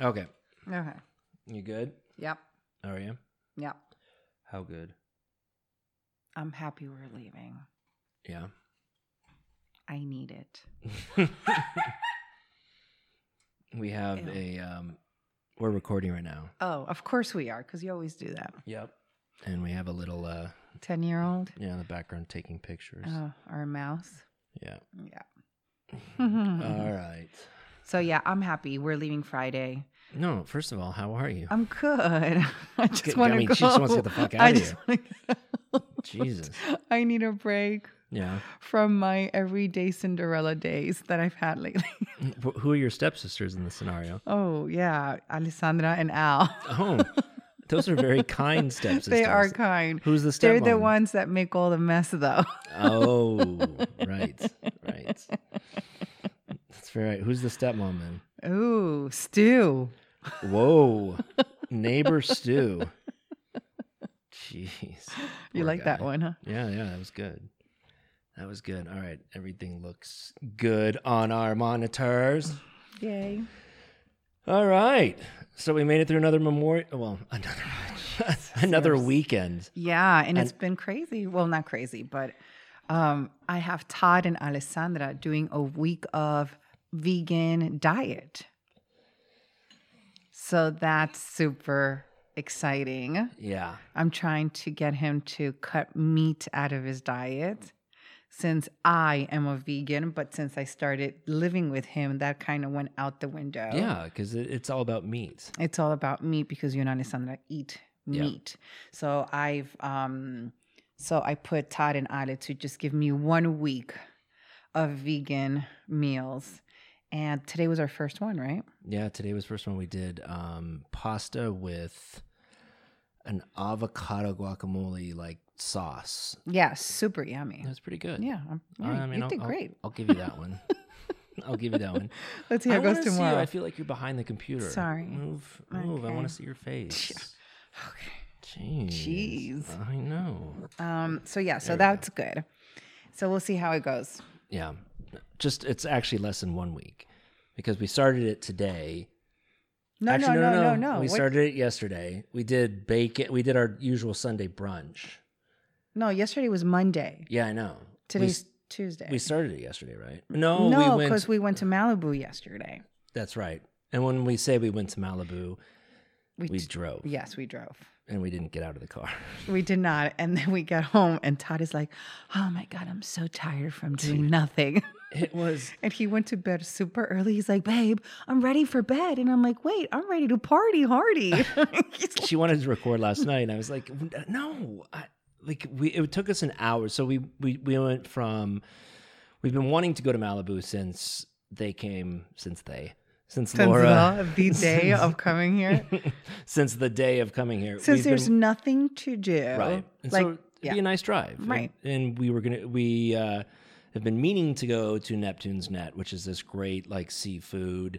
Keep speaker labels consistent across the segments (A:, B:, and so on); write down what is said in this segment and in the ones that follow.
A: Okay. Oh,
B: Okay.
A: You good?
B: Yep.
A: How are you?
B: Yep.
A: How good?
B: I'm happy we're leaving.
A: Yeah.
B: I need it.
A: we have a um we're recording right now.
B: Oh, of course we are, because you always do that.
A: Yep. And we have a little uh
B: 10 year old.
A: yeah, in the background taking pictures.
B: Oh, or a mouse.
A: Yeah.
B: Yeah.
A: All right.
B: so, yeah, I'm happy. We're leaving Friday.
A: No, first of all, how are you?
B: I'm good. I just
A: Good-
B: want
A: I
B: to
A: mean,
B: go.
A: she just wants to get the fuck
B: I
A: outta
B: just want to
A: Jesus.
B: I need a break
A: Yeah.
B: from my everyday Cinderella days that I've had lately.
A: Wh- Who are your stepsisters in this scenario?
B: Oh, yeah. Alessandra and Al.
A: Oh. Those are very kind stepsisters.
B: they are kind.
A: Who's the
B: They're
A: stepmom?
B: the ones that make all the mess, though.
A: Oh, right. Right. That's very right. Who's the stepmom then?
B: Ooh, stew.
A: Whoa. Neighbor Stew. Jeez.
B: You
A: Poor
B: like that
A: guy.
B: one, huh?
A: Yeah, yeah, that was good. That was good. All right. Everything looks good on our monitors.
B: Yay.
A: All right. So we made it through another memorial well, another another weekend.
B: Yeah, and it's been crazy. Well, not crazy, but um, I have Todd and Alessandra doing a week of vegan diet. So that's super exciting.
A: Yeah.
B: I'm trying to get him to cut meat out of his diet since I am a vegan, but since I started living with him, that kind of went out the window.
A: Yeah, because it, it's all about meat.
B: it's all about meat because you and Alessandra eat
A: Yeah.
B: meat. So I've um so I put Todd and Ale to just give me one week of vegan meals. And today was our first one, right?
A: Yeah, today was the first one we did um, pasta with an avocado guacamole like sauce.
B: Yeah, super yummy.
A: That's pretty good.
B: Yeah, I'm,
A: I
B: yeah,
A: mean,
B: you
A: I'll-
B: did
A: I'll-
B: great.
A: I'll give you that one. I'll give you that one.
B: Let's see how
A: I
B: it goes
A: wanna see you.
B: tomorrow.
A: I feel like you're behind the computer.
B: Sorry.
A: Move, move. I
B: Okay.
A: want to see your face.
B: Okay.
A: Jeez.
B: Jeez.
A: I know.
B: Um. So yeah. So that's good. So we'll see how it goes.
A: Yeah. Just it's actually less than one week because we started it today.
B: No,
A: actually,
B: no, no, no, no.
A: We
B: What-
A: started it yesterday. We did bacon. We did our usual Sunday brunch.
B: No, yesterday was Monday.
A: Yeah, I know. We
B: Today's Tuesday.
A: We started it yesterday, right? No,
B: no,
A: we
B: because
A: went.
B: we went to Malibu yesterday.
A: That's right. And when we say we went to Malibu,
B: We,
A: we
B: d-
A: drove
B: yes, we drove.
A: and we didn't get out of the car.
B: We did not, and then we got home, and Todd is like, "Oh my god, I'm so tired from doing nothing."
A: It was
B: And he went to bed super early. He's like, "Babe, I'm ready for bed," and I'm like, "Wait, I'm ready to party hardy." He's like,
A: she wanted to record last night, and I was like, no, I, like we it took us an hour. So we we we went from we've been wanting to go to Malibu since they came since they since,
B: "Since
A: Laura
B: the- the day of coming here,
A: since the day of coming here
B: since
A: We've
B: there's
A: been-
B: nothing to do,
A: right and
B: like,
A: so it'd
B: yeah.
A: be a nice drive And-
B: Right.
A: and, we were gonna we uh have been meaning to go to Neptune's Net which is this great like seafood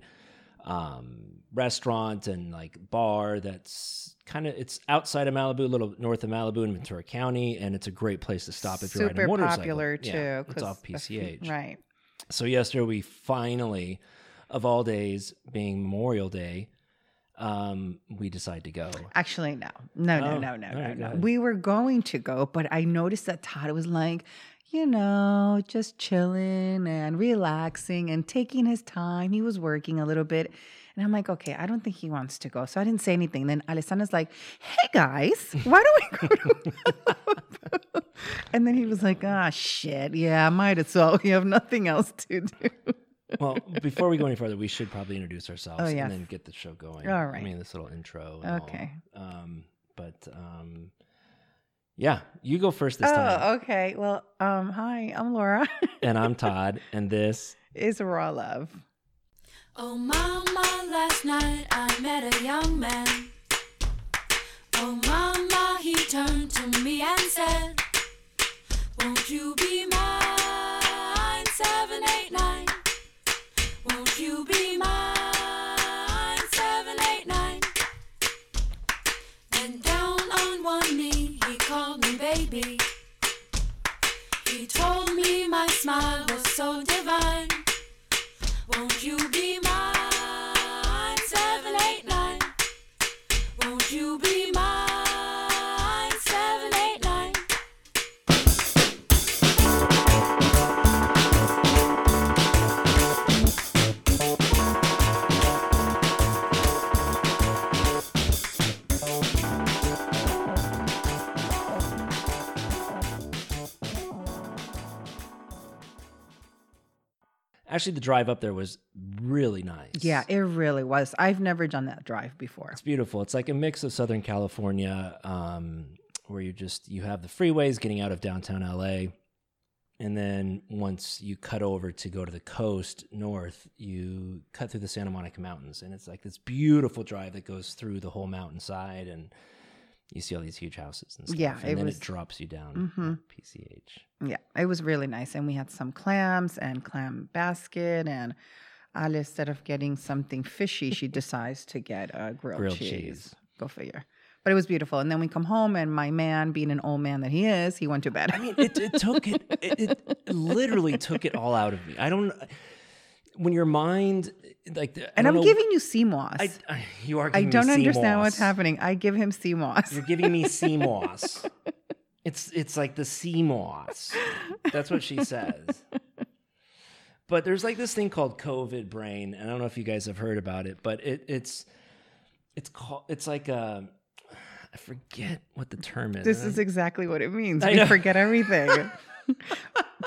A: um, restaurant and like bar that's kind of it's outside of Malibu, a little north of Malibu in Ventura County, and it's a great place to stop if you're riding a
B: super
A: motorcycle.
B: popular too.
A: Yeah, it's
B: 'cause
A: off
B: a few-
A: PCH.
B: right?
A: So yesterday we finally, of all days, being Memorial Day, um, we decide to go.
B: Actually, no, no, no,
A: Oh,
B: no, no,
A: all
B: no,
A: right, go
B: no.
A: ahead.
B: We were going to go, but I noticed that Todd was like, you know, just chilling and relaxing and taking his time. He was working a little bit. And I'm like, okay, I don't think he wants to go. So I didn't say anything. Then Alessandra's like, hey guys, why don't we go to Malibu?" And then he was like, ah, shit. Yeah, I might as well. We have nothing else to do.
A: Well, before we go any further, we should probably introduce ourselves
B: Oh, yes.
A: and then get the show going.
B: All
A: I
B: right.
A: mean, this little intro. and all.
B: Okay.
A: Um, but um, yeah, you go first this time.
B: Oh, okay. Well, um, hi, I'm Laura.
A: and I'm Todd, and this.
B: it's Raw Love.
C: Oh, mama, last night I met a young man. Oh, mama, he turned to me and said, Won't you be mine? Seven, eight, nine. Won't you be mine? Seven, eight, nine. Then down on one knee, he called me baby. He told me my smile was so divine. Won't you be mine? Seven, eight, Won't you be mine? Seven, eight, nine.
A: Actually, the drive up there was really nice.
B: Yeah, it really was. I've never done that drive before.
A: It's beautiful. It's like a mix of Southern California, um, where you just you have the freeways getting out of downtown LA, and then once you cut over to go to the coast north, you cut through the Santa Monica Mountains, and it's like this beautiful drive that goes through the whole mountainside, and you see all these huge houses and stuff.
B: Yeah,
A: and
B: it
A: then
B: was-
A: it Mm. drops you down.
B: Mhm.
A: at PCH.
B: Yeah, it was really nice. And we had some clams and clam basket. And Ale, instead of getting something fishy, she decides to get uh, grilled,
A: Grilled
B: cheese.
A: cheese.
B: Go figure. But it was beautiful. And then we come home, and my man, being an old man that he is, he went to bed.
A: I mean, it, it took it, it, it literally took it all out of me. I don't, when your mind, like, the- I
B: and
A: don't
B: I'm
A: know-
B: giving you sea moss.
A: I, I- you are
B: I
A: giving me
B: don't
A: sea
B: understand
A: moss.
B: what's happening. I give him sea moss.
A: You're giving me sea moss. It's, it's like the sea moss. That's what she says. But there's like this thing called COVID brain. And I don't know if you guys have heard about it, but it, it's, it's called, it's like a, I forget what the term is.
B: This
A: And
B: is
A: I-
B: exactly what it means.
A: I
B: We
A: know.
B: forget everything.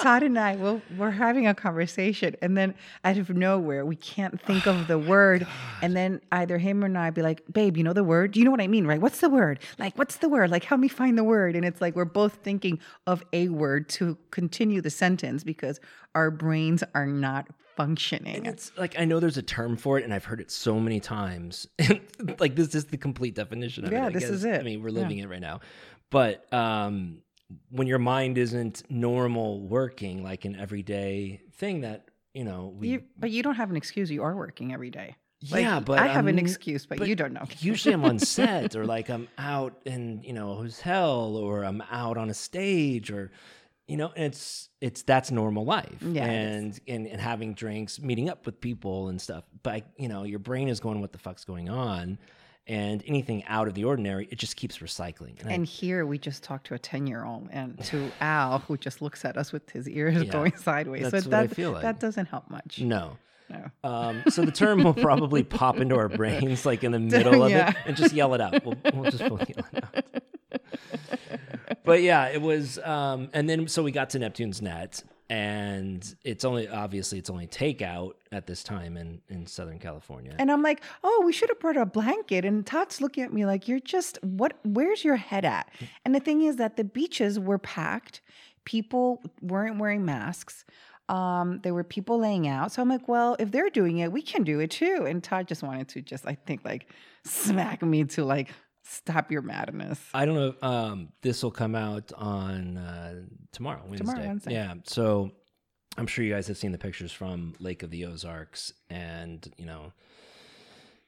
B: Todd and I, well, we're having a conversation, and then out of nowhere, we can't think of
A: Oh
B: the word. And then either him or I be like, "Babe, you know the word? Do you know what I mean, right? What's the word? Like, what's the word? Like, help me find the word." And it's like we're both thinking of a word to continue the sentence because our brains are not
A: And
B: functioning.
A: it's like I know there's a term for it, and I've heard it so many times. And like this is the complete definition of it.
B: Yeah,
A: I
B: this is
A: guess.
B: it.
A: I mean, we're
B: Yeah.
A: living it right now. But um, when your mind isn't normal working, like an everyday thing that you know, we
B: You, but you don't have an excuse. You are working every day. Like,
A: yeah, but
B: I have an
A: I'm-
B: excuse, but, you don't know.
A: usually, I'm on set or like I'm out in you know a hotel or I'm out on a stage or you know and it's it's that's normal life
B: Yeah, it is.
A: and, and and having drinks, meeting up with people and stuff. But you know your brain is going, what the fuck's going on? And anything out of the ordinary, it just keeps recycling. And, I-
B: And here we just talked to a 10 year old and to Al, who just looks at us with his ears
A: Yeah,
B: going sideways.
A: that's
B: so
A: what I
B: that,
A: feel like.
B: that doesn't help much.
A: no.
B: No.
A: Um, so the term will probably pop into our brains like in the middle of
B: Yeah.
A: it and just yell it out. We'll, we'll just both yell it out. But yeah, it was, um, and then so we got to Neptune's Net, and it's only obviously it's only takeout at this time in in Southern California.
B: And I'm like, oh, we should have brought a blanket. And Todd's looking at me like, you're just, what, where's your head at?
A: Mm.
B: And the thing is that the beaches were packed. People weren't wearing masks. Um, there were people laying out. So I'm like, well, if they're doing it, we can do it too. And Todd just wanted to just, I think, like smack me to like, stop your madness.
A: I don't know. if, Um, this will come out on uh, tomorrow, Wednesday.
B: Tomorrow, Wednesday.
A: Yeah. So I'm sure you guys have seen the pictures from Lake of the Ozarks, and you know,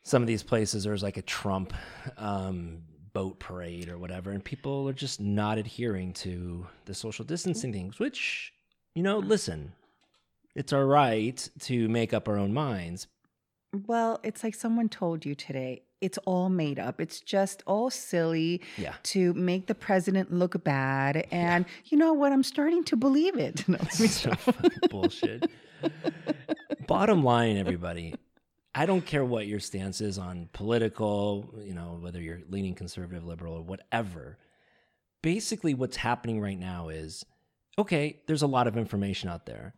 A: some of these places there's like a Trump um, boat parade or whatever, and people are just not adhering to the social distancing things. Which, you know, listen, it's our right to make up our own minds,
B: Well, it's like someone told you today. It's all made up. It's just all silly
A: Yeah.
B: to make the president look bad. And you know what? I'm starting to believe it. No, let me
A: so fucking bullshit. Bottom line, everybody, I don't care what your stance is on political, you know, whether you're leaning conservative, liberal, or whatever. Basically, what's happening right now is okay, there's a lot of information out there.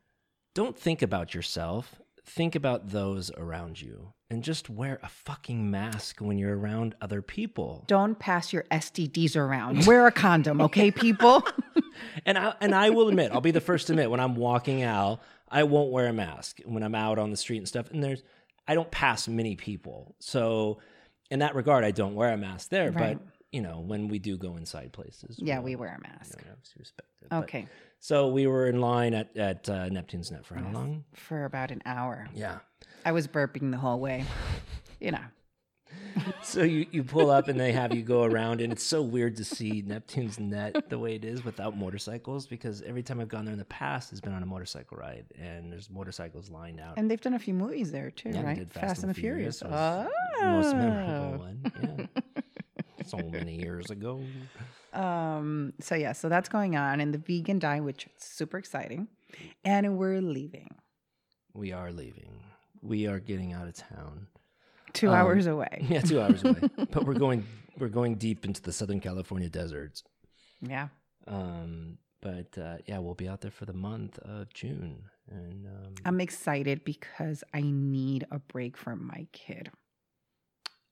A: Don't think about yourself, think about those around you. And just wear a fucking mask when you're around other people.
B: Don't pass your STDs around. Wear a condom, okay, people?
A: And I and I will admit, I'll be the first to admit when I'm walking out, I won't wear a mask when I'm out on the street and stuff. And there's I don't pass many people. So in that regard, I don't wear a mask there.
B: Right.
A: But you know, when we do go inside places.
B: yeah,
A: we'll,
B: we wear a
A: you
B: mask.
A: know, obviously respect it. But-
B: Okay,
A: so we were in line at, at uh, Neptune's Net for how long?
B: for about an hour.
A: Yeah.
B: I was burping the whole way. You know,
A: So you, you pull up and they have you go around and it's so weird to see Neptune's net the way it is without motorcycles because every time I've gone there in the past has been on a motorcycle ride and there's motorcycles lined out.
B: and they've done a few movies there too,
A: Yeah, we
B: right?
A: did
B: Fast, and the Furious.
A: was the Most memorable one. Yeah. so many years ago.
B: Um, so yeah, so that's going on and the vegan dye, which is super exciting. And we're leaving
A: We are leaving. We are getting out of town.
B: two
A: Um,
B: hours away.
A: Yeah, two hours away. but we're going we're going deep into the Southern California deserts.
B: Yeah.
A: Um, but uh, yeah, we'll be out there for the month of June. And um,
B: I'm excited because I need a break from my kid.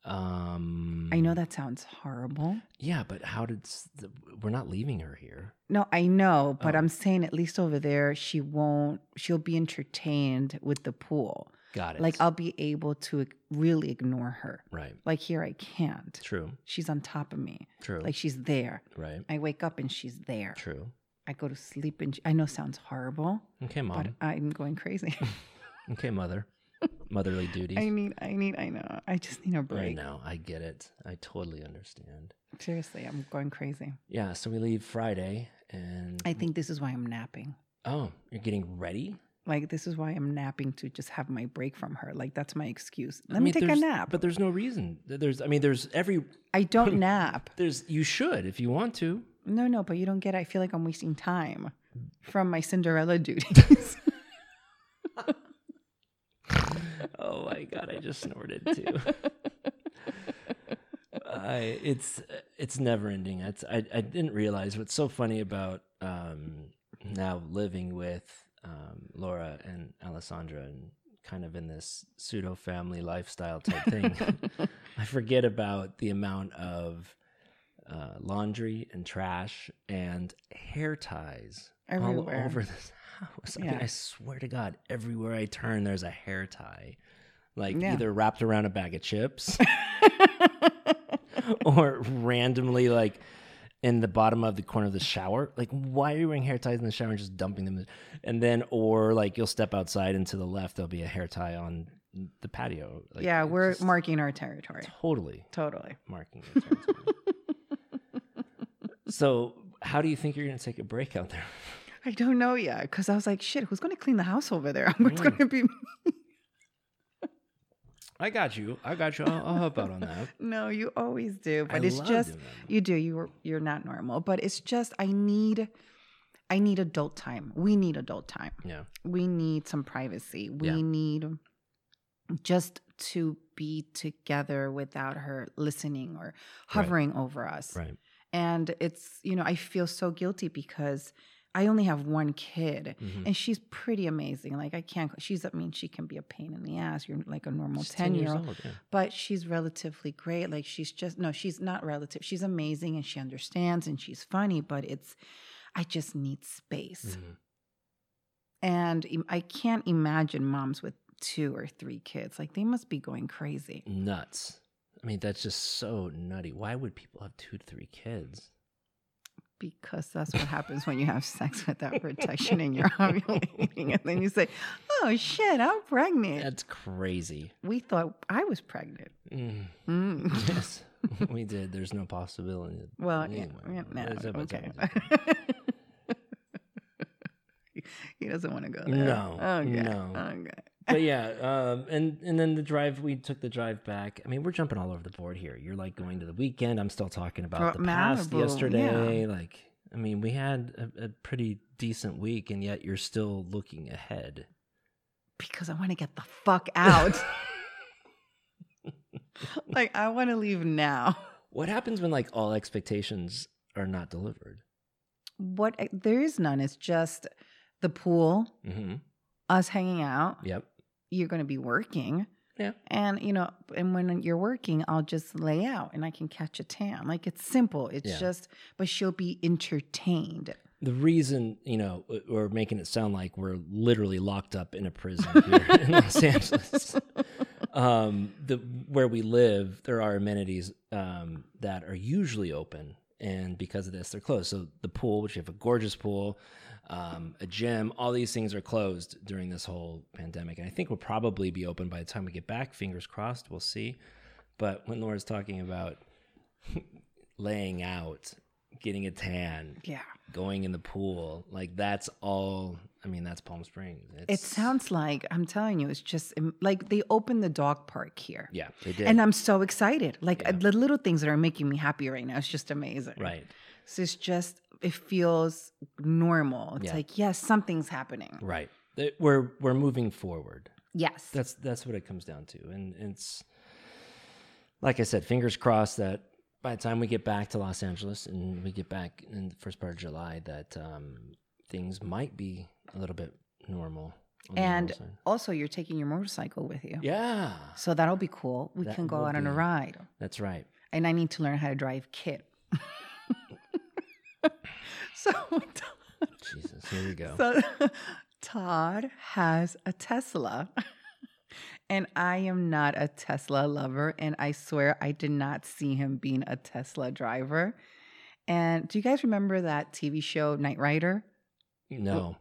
A: um,
B: I know that sounds horrible.
A: Yeah, but how did s- the, we're not leaving her here?
B: No, I know, but
A: Oh.
B: I'm saying at least over there, she won't, she'll be entertained with the pool.
A: Got it.
B: Like, I'll be able to ig- really ignore her.
A: right.
B: Like, here, I can't.
A: True.
B: She's on top of me.
A: True.
B: Like, she's there.
A: right.
B: I wake up and she's there.
A: True.
B: I go to sleep and she, I know it sounds horrible,
A: Okay,
B: but
A: mom.
B: I'm going crazy.
A: okay, mother. Motherly duties.
B: I need, I need, I know. I just need a
A: right
B: break.
A: now, I get it. I totally understand.
B: Seriously, I'm going crazy.
A: Yeah, so we leave Friday, and
B: I think this is why I'm napping.
A: oh, you're getting ready.
B: Like this is why I'm napping to just have my break from her. Like that's my excuse.
A: I
B: Let me
A: mean,
B: take a
A: there's-
B: nap.
A: But there's no reason. There's, I mean, there's every
B: I don't nap.
A: there's you should if you want to.
B: No, no, but you don't get. it. I feel like I'm wasting time from my Cinderella duties.
A: oh my god, I just snorted too. I it's it's never ending. It's, I I didn't realize what's so funny about um, now living with um, Laura and Alessandra and kind of in this pseudo family lifestyle type thing. I forget about the amount of uh, laundry and trash and hair ties all
B: Everywhere.
A: over this house. I mean,
B: Yeah.
A: I swear to God, everywhere I turn, there's a hair tie, like
B: Yeah.
A: either wrapped around a bag of chips or randomly like in the bottom of the corner of the shower. Like, why are you wearing hair ties in the shower and just dumping them? And then, or like you'll step outside and to the left, there'll be a hair tie on the patio. Like,
B: yeah,
A: it's
B: we're
A: just
B: marking our territory.
A: totally
B: Totally.
A: marking your territory. so, how do you think you're going to take a break out there?
B: I don't know yet because I was like, shit, who's going to clean the house over there? It's going to be
A: I got you. I got you. I'll, I'll help out on that.
B: no. You always do, but
A: I
B: it's
A: love
B: just
A: doing that.
B: you do. You're you're not normal, but it's just I need, I need adult time. We need adult time.
A: yeah,
B: we need some privacy. We
A: Yeah.
B: need just to be together without her listening or hovering over us.
A: right.
B: And it's, you know, I feel so guilty because I only have one kid
A: Mhm.
B: and she's pretty amazing. Like, I can't, she's, I mean, she can be a pain in the ass. You're like a normal
A: She's
B: 10 year old
A: old. Yeah.
B: but she's relatively great. Like she's just no, she's not relative. She's amazing and she understands and she's funny, but it's I just need space.
A: Mhm.
B: And im- I can't imagine moms with two or three kids. Like they must be going crazy.
A: Nuts. I mean, that's just so nutty. Why would people have two to three kids?
B: Because that's what happens when you have sex without protection and you're ovulating. And then you say, Oh shit, I'm pregnant.
A: That's crazy.
B: We thought I was pregnant.
A: Mm.
B: Mm.
A: Yes, we did. There's no possibility. that-
B: Well, yeah,
A: anyway,
B: yeah, no,
A: it's- it's-
B: okay.
A: it's-
B: he doesn't want to go there.
A: No,
B: Okay.
A: no.
B: Okay.
A: but yeah, um, and and then the drive we took the drive back. I mean, we're jumping all over the board here. You're like going to the weekend. I'm still talking about
B: Oh,
A: the past
B: Malibu,
A: yesterday. Like, I mean, we had a, a pretty decent week, and yet you're still looking ahead.
B: Because I want to get the fuck out. like I want to leave now.
A: What happens when like all expectations are not delivered?
B: What? eh, There is none. It's just the pool,
A: Mm-hmm.
B: us hanging out.
A: Yep.
B: You're going to be working.
A: Yeah.
B: And you know, and when you're working, I'll just lay out and I can catch a tan. Like it's simple. It's
A: Yeah.
B: just, but she'll be entertained.
A: The reason, you know, uh, we're making it sound like we're literally locked up in a prison here in Los Angeles. Um, the where we live, there are amenities um, that are usually open, and because of this, they're closed. So the pool, which we have a gorgeous pool, um, a gym, all these things are closed during this whole pandemic. And I think we'll probably be open by the time we get back. Fingers crossed, we'll see. But when Laura's talking about laying out, getting a tan,
B: Yeah.
A: going in the pool. Like that's all. I mean, that's Palm Springs.
B: It sounds like, I'm telling you, it's just im- like they opened the dog park here.
A: Yeah, they did.
B: And I'm so excited. Like
A: Yeah.
B: the little things that are making me happy right now. It's just amazing.
A: right,
B: So it's just, it feels normal. It's
A: Yeah.
B: like, yes, something's happening.
A: right. That- We're we're moving forward.
B: Yes.
A: That's that's what it comes down to. And it's like I said, fingers crossed that by the time we get back to Los Angeles and we get back in the first part of July, that um, things might be a little bit normal. on the normal
B: and
A: side.
B: also, you're taking your motorcycle with you.
A: yeah,
B: So that'll be cool. We
A: That
B: can go
A: will
B: out on a
A: be-
B: ride.
A: that's right.
B: And I need to learn how to drive kit. so,
A: Jesus, here we go.
B: so Todd has a Tesla. And I am not a Tesla lover. And I swear I did not see him being a Tesla driver. And do you guys remember that TV show, Knight Rider?
A: no,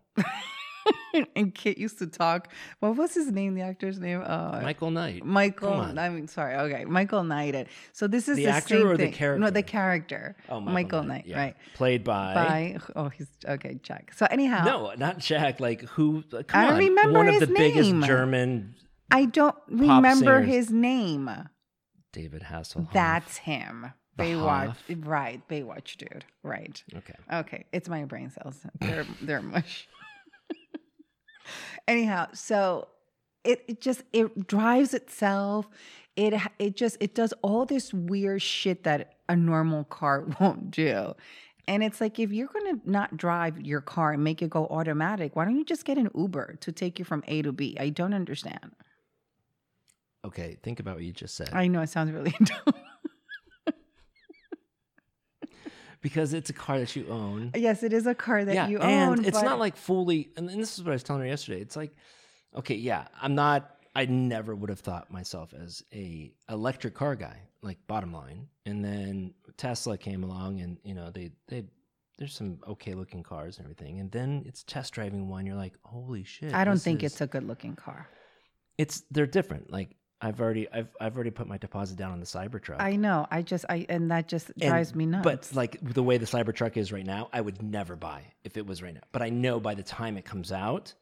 B: and Kit used to talk. What was his name? The actor's name? Uh,
A: Michael Knight.
B: Michael.
A: Come on.
B: I mean, sorry. Okay, Michael Knight. It. So this is
A: The
B: the,
A: actor
B: same
A: or the
B: thing. No,
A: character?
B: the character.
A: Oh,
B: Michael Knight,
A: yeah.
B: right.
A: Played by.
B: By oh, he's okay. Jack. So anyhow,
A: No, not Jack. Like who? uh, Come
B: I don't
A: on.
B: remember
A: One of
B: his
A: the biggest
B: name.
A: German,
B: I don't remember
A: singers.
B: his name.
A: David Hasselhoff.
B: That's him.
A: The
B: Baywatch.
A: Hoff.
B: Right, Baywatch dude. Right.
A: okay.
B: Okay, it's my brain cells. They're they're mush. Anyhow, so it, it just it drives itself. It ha- it just it does all this weird shit that a normal car won't do. And it's like if you're gonna not drive your car and make it go automatic, why don't you just get an Uber to take you from A to B? I don't understand.
A: Okay. Think about what you just said.
B: I know it sounds really dumb.
A: because it's a car that you own.
B: yes, it is a car that
A: yeah,
B: you
A: and
B: own.
A: it's
B: but-
A: not like fully. And and this is what I was telling her yesterday. It's like, okay, yeah, I'm not. I never would have thought myself as a electric car guy. Like bottom line, and then Tesla came along, and you know they they. There's some okay looking cars and everything, and then it's test driving one. You're like, holy shit!
B: I don't
A: this
B: think
A: is-
B: it's a good looking car.
A: it's they're different. Like I've already I've I've already put my deposit down on the Cybertruck.
B: I know. I just I and that just
A: And-
B: drives me nuts.
A: But like the way the Cybertruck is right now, I would never buy if it was right now. But I know by the time it comes out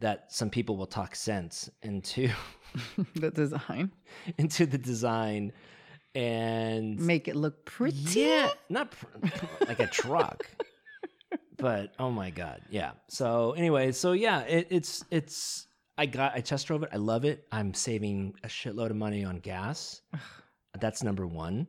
A: that some people will talk sense into
B: the design.
A: into the design and
B: Make it look pretty.
A: yeah, not pr- like a truck. but oh my god, yeah. So anyway, so yeah, it, it's it's I got I test drove it. I love it. I'm saving a shitload of money on gas. That's number one.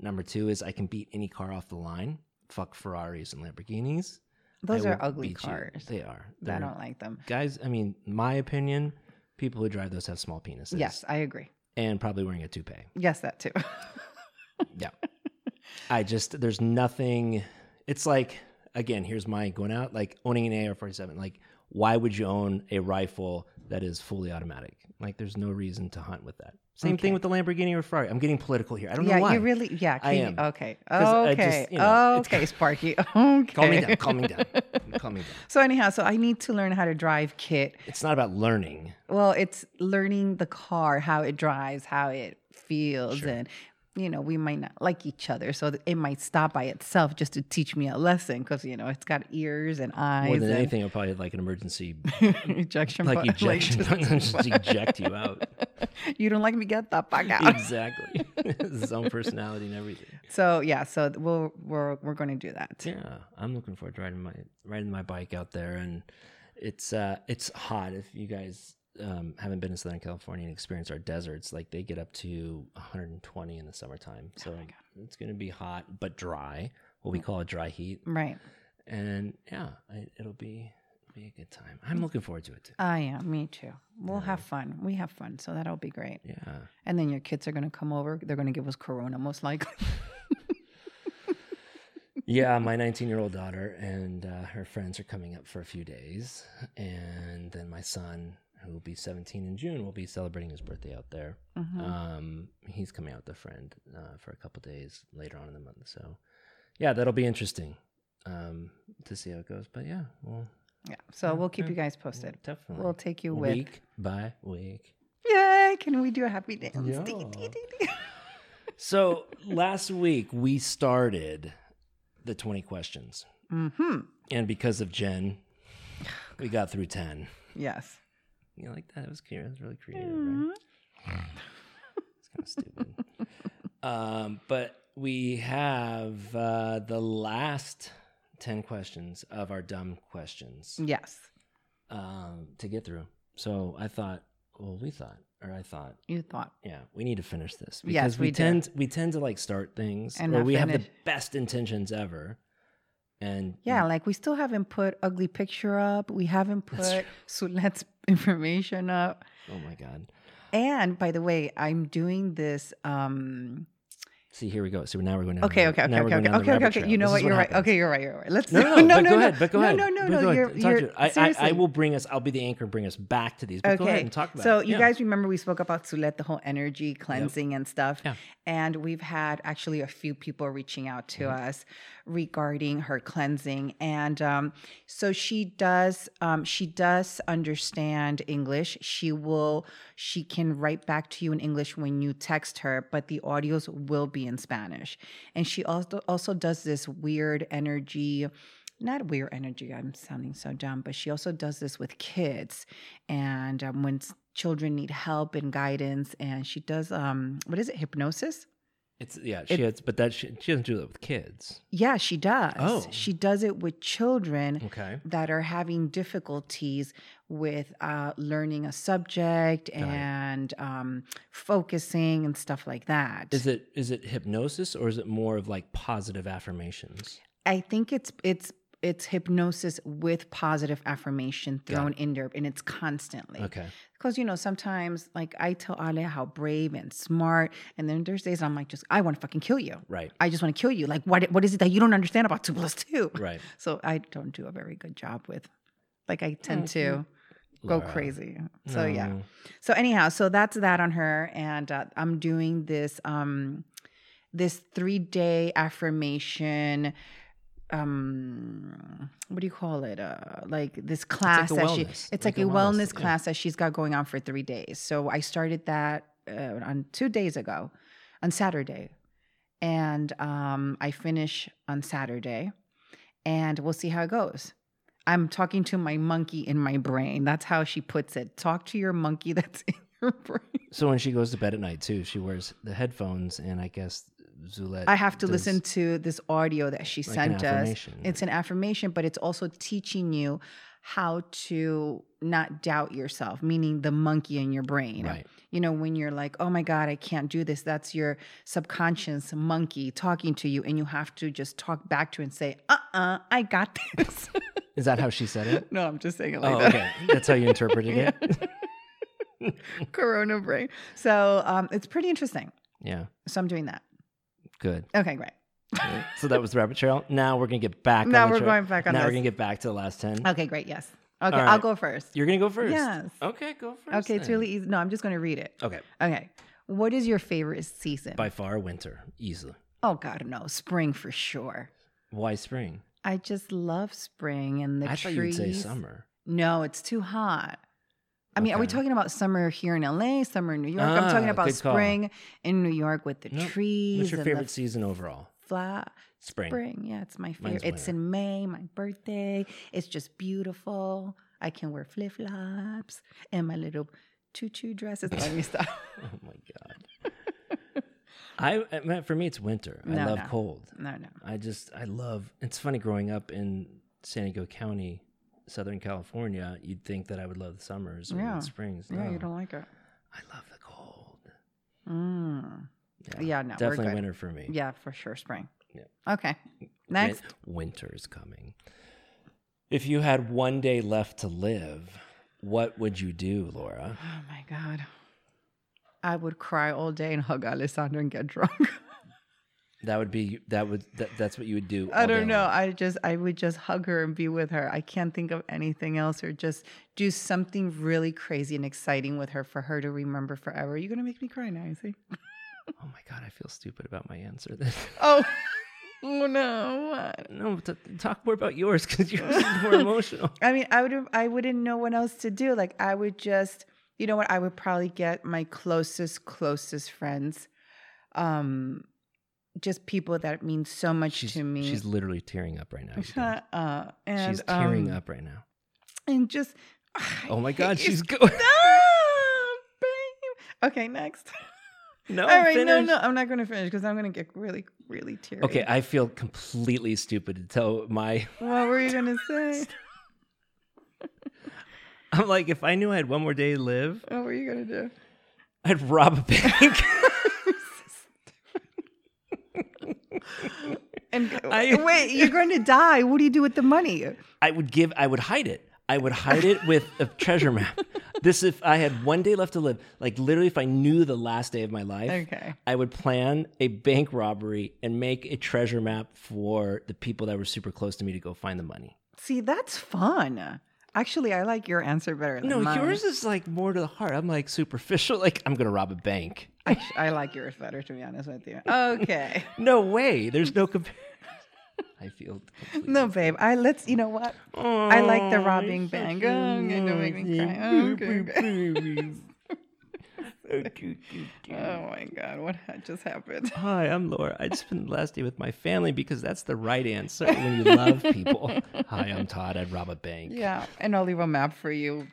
A: Number two is I can beat any car off the line. Fuck Ferraris and Lamborghinis.
B: Those
A: I
B: are
A: will
B: ugly
A: beat you.
B: cars.
A: They are.
B: I
A: They're-
B: don't like them.
A: guys. I mean, my opinion. People who drive those have small penises.
B: Yes, I agree.
A: and probably wearing a toupee.
B: Yes, that too.
A: Yeah. I just there's nothing it's like again, here's my going out, like owning an AR forty seven, like why would you own a rifle that is fully automatic? Like there's no reason to hunt with that. Same
B: Okay.
A: thing with the Lamborghini or Ferrari. I'm getting political here. I don't
B: yeah,
A: know why.
B: you really. Yeah,
A: I
B: can
A: am.
B: you- okay,
A: 'Cause I just,
B: okay,
A: you know, it's-
B: okay, Sparky. Okay.
A: Calm me down, calm me down. calm me down.
B: So anyhow, so I need to learn how to drive kit.
A: It's not about learning.
B: Well, it's learning the car, how it drives, how it feels,
A: Sure.
B: and you know we might not like each other, so it might stop by itself just to teach me a lesson because you know it's got ears and eyes.
A: More than
B: and-
A: anything, I'll probably have, like an emergency
B: ejection
A: like
B: button,
A: ejection
B: just-
A: just eject you out.
B: you don't like me get the fuck out
A: Exactly. His own personality and everything.
B: so yeah so th- we'll we're we're going to do that
A: Yeah, I'm looking forward to riding my riding my bike out there, and it's uh it's hot. If you guys um, haven't been in Southern California and experienced our deserts, like they get up to 120 in the summertime, so it's gonna be hot but dry. What we call a dry heat,
B: right
A: and yeah, I, it'll be it'll be a good time. I'm looking forward to it too.
B: ah yeah me too we'll have fun we have fun so that'll be great
A: Yeah,
B: and then your kids are going to come over they're going to give us corona most likely
A: yeah. My 19 year old daughter and uh, her friends are coming up for a few days, and then my son, who will be 17 in June, will be celebrating his birthday out there.
B: Mhm.
A: Um, he's coming out with a friend uh, for a couple days later on in the month. So, yeah, that'll be interesting um, to see how it goes. But yeah, well,
B: yeah so we'll keep you guys posted
A: definitely.
B: we'll take you with
A: week by week.
B: yay can we do a happy dance
A: Yeah.
B: Dee, dee, dee, dee.
A: So last week we started the 20 questions.
B: Mm-hmm.
A: And because of Jen, we got through 10.
B: Yes.
A: You know, like that? It was creative. It was really creative,
B: Mm-hmm.
A: right? It's kind of stupid. um, but we have uh, the last 10 questions of our dumb questions
B: Yes.
A: um, to get through. So I thought, well, we thought, or I thought,
B: You thought.
A: yeah, we need to finish this because
B: Yes,
A: we,
B: we do.
A: tend we tend to like start things
B: And
A: where
B: not
A: we have the
B: finish.
A: best intentions ever, and
B: Yeah, like we still haven't put ugly picture up. We haven't
A: That's
B: put Sulet's information up.
A: oh my god,
B: And by the way, I'm doing this. Um,
A: see here we go. So now we're going down
B: okay,
A: the-
B: okay,
A: now
B: okay,
A: we're
B: okay,
A: going
B: okay,
A: down the
B: okay,
A: rabbit
B: okay.
A: trail.
B: You know
A: This
B: what?
A: is
B: You're right.
A: happens.
B: Okay, you're right. You're right. Let's
A: No, no, no, but go ahead, but go
B: no,
A: ahead.
B: No, no,
A: But
B: no,
A: go ahead.
B: You're,
A: Talk to
B: you're
A: it. I, I, I
B: seriously.
A: will bring us. I'll be the anchor and bring us back to these. But go ahead and talk about.
B: so
A: it.
B: you
A: Yeah.
B: guys remember we spoke about Sulet, the whole energy cleansing and stuff.
A: Yeah.
B: And we've had actually a few people reaching out to
A: Mm-hmm.
B: us regarding her cleansing. And um, so she does um, she does understand English. She will she can write back to you in English when you text her, but the audios will be in Spanish. And she also also does this weird energy not weird energy. I'm sounding so dumb, but she also does this with kids, and um, when s- children need help and guidance, and she does um, what is it, hypnosis?
A: it's yeah, she
B: it-
A: has, but that she, she doesn't do that with kids.
B: Yeah, she does.
A: Oh.
B: she does it with children
A: Okay,
B: that are having difficulties with uh, learning a subject
A: it.
B: and um, focusing and stuff like that.
A: is it is it hypnosis or is it more of like positive affirmations?
B: I think it's it's it's hypnosis with positive affirmation thrown in there, and it's constantly.
A: Okay,
B: Because you know, sometimes like I tell Ale how brave and smart, and then there's days I'm like, just I want to fucking kill you.
A: right,
B: I just want to kill you. Like, what what is it that you don't understand about two plus two?
A: right.
B: So I don't do a very good job with, like, I tend
A: Okay.
B: to go
A: Laura.
B: crazy. So yeah.
A: No.
B: So anyhow, so that's that on her, and uh, I'm doing this um this three day affirmation. Um, what do you call it? Uh, like this class
A: a
B: that she,
A: wellness,
B: it's like, a wellness, class that she's got going on for three days. So I started that uh, on two days ago, on Saturday, and um, I finish on Saturday, and we'll see how it goes. I'm talking to my monkey in my brain. That's how she puts it. Talk to your monkey that's in your brain.
A: So when she goes to bed at night too, she wears the headphones, and I guess Zulette.
B: I have to
A: does
B: listen to this audio that she
A: like an
B: sent us.
A: affirmation.
B: It's an affirmation, but it's also teaching you how to not doubt yourself, meaning the monkey in your brain.
A: Right.
B: You know, when you're like, oh my God, I can't do this, that's your subconscious monkey talking to you, and you have to just talk back to it and say, uh uh I got this.
A: Is that how she said it?
B: no, I'm just saying it like
A: oh,
B: that.
A: okay. That's how you interpreted it.
B: Corona brain. So um, it's pretty interesting.
A: Yeah.
B: So I'm doing that.
A: Good.
B: Okay, great.
A: So that was the rabbit trail. Now we're gonna get back.
B: Now
A: on the
B: we're
A: tra-
B: going back on
A: Now we're
B: this.
A: gonna get back to the last ten.
B: Okay, great. Yes. Okay,
A: All
B: I'll
A: right.
B: go first.
A: You're gonna go first.
B: Yes.
A: Okay, go first.
B: Okay, it's
A: then.
B: really easy. No, I'm just going to read it.
A: okay.
B: Okay. What is your favorite season?
A: By far, winter easily.
B: Oh, God, no. Spring for sure.
A: Why spring?
B: I just love spring and the
A: I thought
B: trees.
A: you would say summer.
B: No, it's too hot. I mean, are we
A: Okay.
B: talking about summer here in LA, summer in New York? I'm talking
A: Ah,
B: about
A: good call.
B: spring in New York with the
A: Nope. What's
B: trees.
A: What's your
B: and the
A: favorite season overall?
B: fla-
A: Spring.
B: spring. Yeah, it's my
A: Mine's
B: favorite. It's in May, my birthday. It's just beautiful. I can wear flip flops and my little tutu dresses. Let me stop.
A: Oh my god. I, I mean, for me it's winter. I
B: No,
A: love
B: no.
A: cold.
B: No, no.
A: I just I love. It's funny growing up in San Diego County, Southern California. You'd think that I would love the summers or
B: Yeah.
A: the springs.
B: Yeah,
A: No.
B: you don't like it.
A: I love the cold.
B: Mm. Yeah, no, we're
A: definitely
B: good.
A: winter for me.
B: Yeah, for sure. Spring.
A: Yeah.
B: Okay.
A: Win-
B: Next.
A: winter's coming. If you had one day left to live, what would you do, Laura?
B: Oh my God. I would cry all day and hug Alessandro and get drunk.
A: That would be that would that, that's what you would do.
B: I
A: all day
B: don't know.
A: long.
B: I just I would just hug her and be with her. I can't think of anything else or just do something really crazy and exciting with her for her to remember forever. You're gonna make me cry now, you see?
A: Oh my god, I feel stupid about my answer. Then.
B: Oh, oh no. What?
A: no, t- talk more about yours because yours is more emotional.
B: I mean, I would I wouldn't know what else to do. Like I would just, you know what? I would probably get my closest closest friends, um, just people that mean so much
A: she's,
B: to me.
A: she's literally tearing up right now. you guys.
B: Shut up. And,
A: she's tearing
B: um,
A: up right now.
B: And just.
A: Oh my God,
B: It's-
A: she's going.
B: Ah, babe. Okay, next.
A: No,
B: All right, no,
A: finish.
B: no, I'm not going to finish because I'm going to get really, really teary.
A: Okay, I feel completely stupid to tell my.
B: what were you going to say?
A: I'm like, if I knew I had one more day to live,
B: What were you going to do?
A: I'd rob a bank.
B: And
A: I-
B: wait, you're going to die. What do you do with the money?
A: I would give. I would hide it. I would hide it with a treasure map. This, if I had one day left to live, like literally, if I knew the last day of my life,
B: Okay.
A: I would plan a bank robbery and make a treasure map for the people that were super close to me to go find the money.
B: See, that's fun. Actually, I like your answer better than
A: No,
B: mine.
A: yours is like more to the heart. I'm like superficial. Like I'm gonna rob a bank.
B: I, I like yours better, to be honest with you. Okay.
A: No way. There's no compare. I feel. completely-
B: no, babe. I let's. You know what? I like the robbing bank. Oh, okay, don't make me cry. Oh, okay, okay. Oh my God! What ha- just happened?
A: Hi, I'm Laura. I just spent the last day with my family because that's the right answer when you love people. Hi, I'm Todd. I'd rob a bank
B: Yeah, and I'll leave a map for you.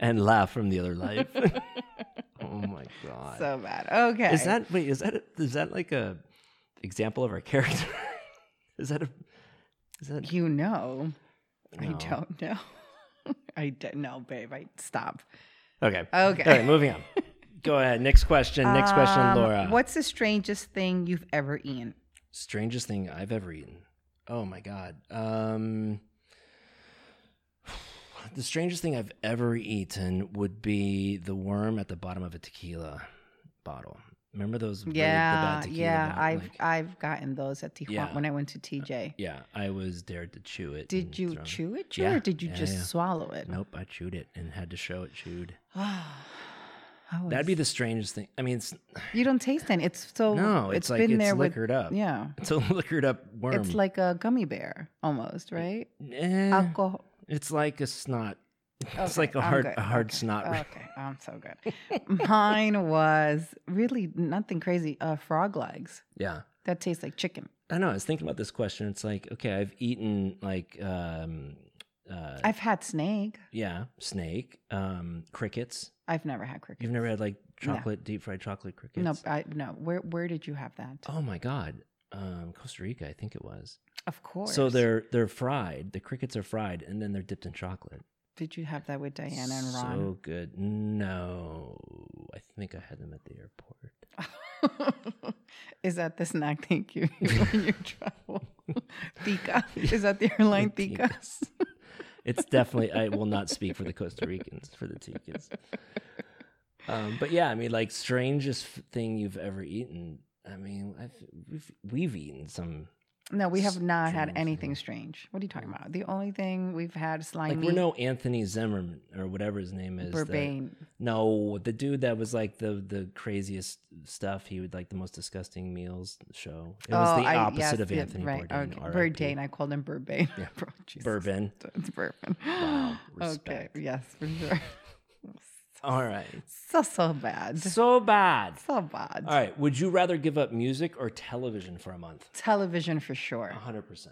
A: and laugh from the other life. oh my god.
B: So bad. Okay.
A: Is that wait? Is that is that like a example of our character? is that a is that
B: you know? I
A: No.
B: don't know. I don't know, babe. I stop.
A: okay?
B: Okay.
A: All right, moving on. Go ahead. Next question. Next question,
B: Um,
A: Laura.
B: What's the strangest thing you've ever eaten?
A: strangest thing I've ever eaten? Oh my god. Um the strangest thing I've ever eaten would be the worm at the bottom of a tequila bottle. Remember those? really- the bad
B: Yeah,
A: tequila
B: yeah.
A: bottle-
B: I've
A: like-
B: I've gotten those at Tijuana
A: Yeah. Uh,
B: when I went to TJ.
A: yeah. I was dared to chew it. and
B: Did you
A: throw it.
B: chew it, chew
A: Yeah,
B: or did you
A: yeah,
B: just
A: yeah.
B: swallow it?
A: Nope, I chewed it and had to show it chewed.
B: I was,
A: That'd be the strangest thing. I mean, it's
B: you don't taste any. Oh, It's so
A: no, it's, like
B: been
A: it's
B: there with
A: liquored up.
B: yeah.
A: it's a liquored up worm.
B: It's like a gummy bear almost, right?
A: Eh,
B: Alcohol.
A: it's like a snot. it's
B: Okay,
A: like a
B: I'm
A: hard,
B: good.
A: a hard
B: Okay.
A: snot.
B: Okay, I'm so good. Mine was really nothing crazy. Uh, frog legs
A: Yeah,
B: that taste like chicken.
A: I know. I was thinking about this question. It's like okay, I've eaten like um, uh,
B: I've had snake.
A: yeah, snake, um, crickets.
B: I've never had crickets.
A: You've never had like
B: No.
A: chocolate deep fried chocolate crickets.
B: No, I no. Where where did you have that?
A: Oh my god, um, Costa Rica, I think it was.
B: Of course.
A: So they're they're fried. The crickets are fried, and then they're dipped in chocolate.
B: Did you have that with Diana and Ron?
A: So good. No, I think I had them at the airport.
B: is that the snack thank you when you travel? Tika. Is that the airline Tika?
A: Ticas. it's definitely. I will not speak for the Costa Ricans for the Ticas. Um, but yeah, I mean, like strangest f- thing you've ever eaten. I mean, I've, we've we've eaten some.
B: No, we have not had
A: Strange
B: anything
A: thing.
B: strange. What are you talking about? The only thing we've had slimy
A: Like we're no Anthony Zimmerman or whatever his name is. that-
B: Burbane.
A: no, the dude that was like the the craziest stuff. He would like the most disgusting meals show. It was the
B: Oh, I-
A: opposite
B: yes,
A: of
B: yeah,
A: Anthony
B: right,
A: Bourdain.
B: Okay.
A: RIP.
B: Bourdain. I called him Burbane.
A: Yeah.
B: Bro, Jesus.
A: Bourbon.
B: It's bourbon.
A: Wow,
B: okay.
A: respect.
B: Yes, for sure.
A: All right.
B: so so bad.
A: So bad.
B: So bad.
A: All right. Would you rather give up music or television for a month?
B: Television for sure.
A: 100%.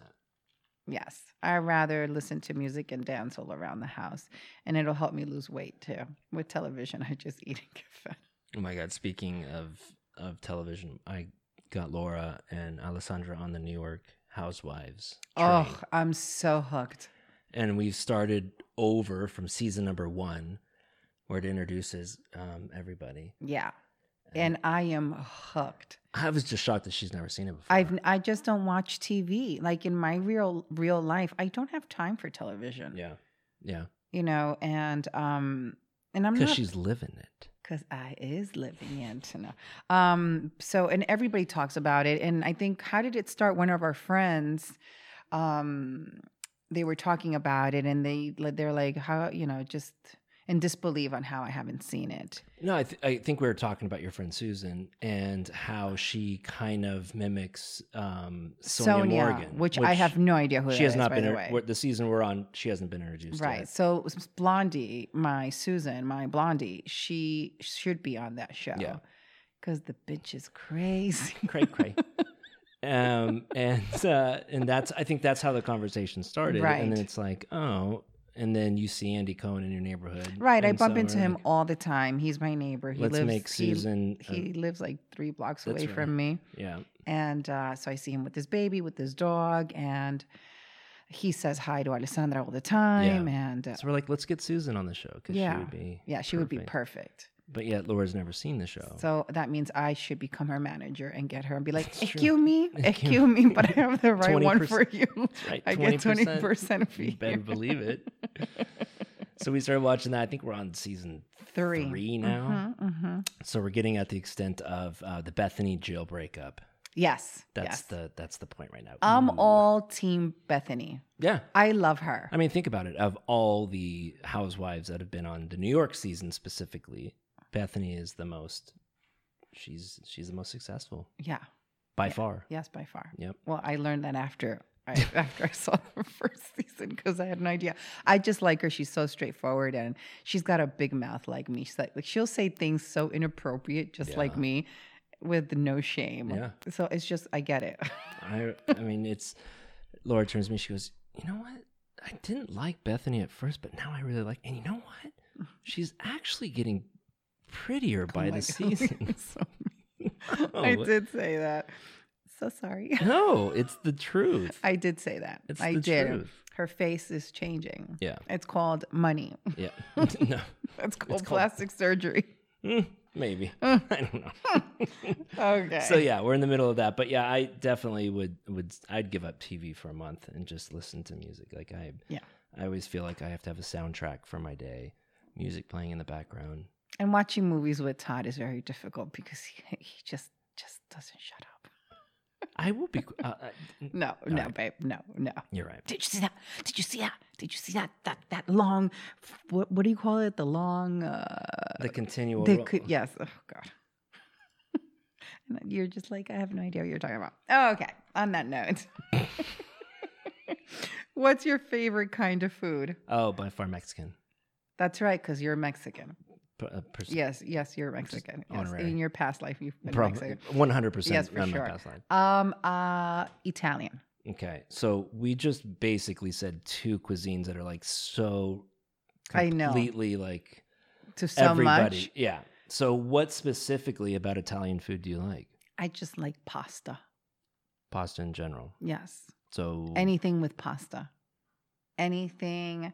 B: Yes. I rather listen to music and dance all around the house. And it'll help me lose weight too. With television, I just eat and get fat.
A: Oh my God. Speaking of, of television, I got Laura and Alessandra on the New York Housewives. train.
B: Oh, I'm so hooked.
A: And we've started over from season number one, where it introduces um, everybody.
B: Yeah. And I am hooked.
A: I was just shocked that she's never seen it before.
B: I've I just don't watch TV. Like in my real real life, I don't have time for television.
A: Yeah. Yeah.
B: You know, and um and I'm
A: Because
B: not
A: she's living it.
B: because I is living in to know. Um, so and everybody talks about it, and I think how did it start? One of our friends, um, they were talking about it, and they they're like, how you know, just in disbelief on how I haven't seen it.
A: No, I, th- I think we were talking about your friend Susan and how she kind of mimics um, Sonia, Morgan,
B: which, I have no idea who
A: she
B: that
A: has
B: is,
A: not
B: by
A: been
B: the
A: in-
B: way.
A: what- the season we're on. She hasn't been introduced,
B: Right.
A: Yet.
B: So s- Blondie, my Susan, my Blondie, she should be on that show.
A: Yeah.
B: Cause the bitch is crazy.
A: Cray cray. um, and uh, and that's I think that's how the conversation started. And
B: Right.
A: then it's like, oh, and then you see Andy Cohen in your neighborhood,
B: Right, I
A: and
B: bump
A: so
B: into
A: we're
B: him
A: like,
B: all the time. He's my neighbor. He
A: Let's
B: lives
A: make
B: he-
A: Susan. a-
B: He, lives like three blocks
A: That's
B: away
A: right.
B: from me.
A: yeah,
B: And uh, so I see him with his baby, with his dog, and he says hi to Alessandra all the time. And uh,
A: so we're like, let's get Susan on the show because she
B: Yeah.
A: would be.
B: yeah, she would be perfect.
A: But yet, Laura's never seen the show.
B: So that means I should become her manager and get her and be like,
A: That's true.
B: excuse me,
A: Excuse
B: excuse me, but I have the right one
A: 20%.
B: for you.
A: right,
B: I get
A: 20%.
B: 20% for
A: you
B: you.
A: better believe it. so we started watching that. I think we're on season
B: Three.
A: three now.
B: Mhm, mhm.
A: So we're getting at the extent of uh, the Bethany jail breakup.
B: Yes.
A: That's
B: yes.
A: the that's the point right now.
B: I'm
A: Ooh.
B: all team Bethany.
A: yeah.
B: I love her.
A: I mean, think about it. Of all the housewives that have been on the New York season specifically, Bethany is the most. She's she's the most successful
B: yeah.
A: by far.
B: Yes, by far.
A: Yep.
B: Well, I learned that after I, after I saw the first season because I had an idea. I just like her. She's so straightforward and she's got a big mouth like me. She's like, like she'll say things so inappropriate, just like
A: Yeah.
B: me, with no shame.
A: Yeah.
B: So it's just I get it.
A: I I mean, it's Laura turns to me. She goes, "You know what? I didn't like Bethany at first, but now I really like. And you know what? She's actually getting prettier by the
B: Oh my God.
A: season. Oh,
B: So mean. I
A: No.
B: did say that. So sorry.
A: No, it's the truth.
B: I did say that.
A: It's
B: I
A: the
B: did.
A: truth.
B: Her face is changing.
A: Yeah.
B: It's called money.
A: Yeah. no.
B: It's
A: called-
B: called plastic surgery.
A: Mm, maybe. I don't know.
B: Okay.
A: so yeah, we're in the middle of that. But yeah, I definitely would would I'd give up TV for a month and just listen to music. Like I
B: Yeah.
A: I always feel like I have to have a soundtrack for my day. Music playing in the background.
B: And watching movies with Todd is very difficult because he, he just just doesn't shut up.
A: I will be. Uh, uh,
B: No, no, babe, no, no.
A: you're right.
B: Did you see that? Did you see that? Did you see that? That that long, what what do you call it? The long. Uh,
A: The continual.
B: they
A: ro-
B: could yes. Oh God. And you're just like I have no idea what you're talking about. Oh, okay. On that note, what's your favorite kind of food?
A: Oh, by far Mexican.
B: That's right, because you're Mexican.
A: Per- uh, pers-
B: Yes, yes, you're Mexican. Yes.
A: honorary.
B: In your past life, you've been
A: Probably
B: Mexican.
A: one hundred percent.
B: Yes, for sure. Um, uh, Italian.
A: Okay, so we just basically said two cuisines that are like so.
B: I know.
A: Completely like
B: to so
A: everybody.
B: much.
A: Yeah. So, what specifically about Italian food do you like?
B: I just like pasta.
A: Pasta in general.
B: Yes.
A: So
B: Anything with pasta. Anything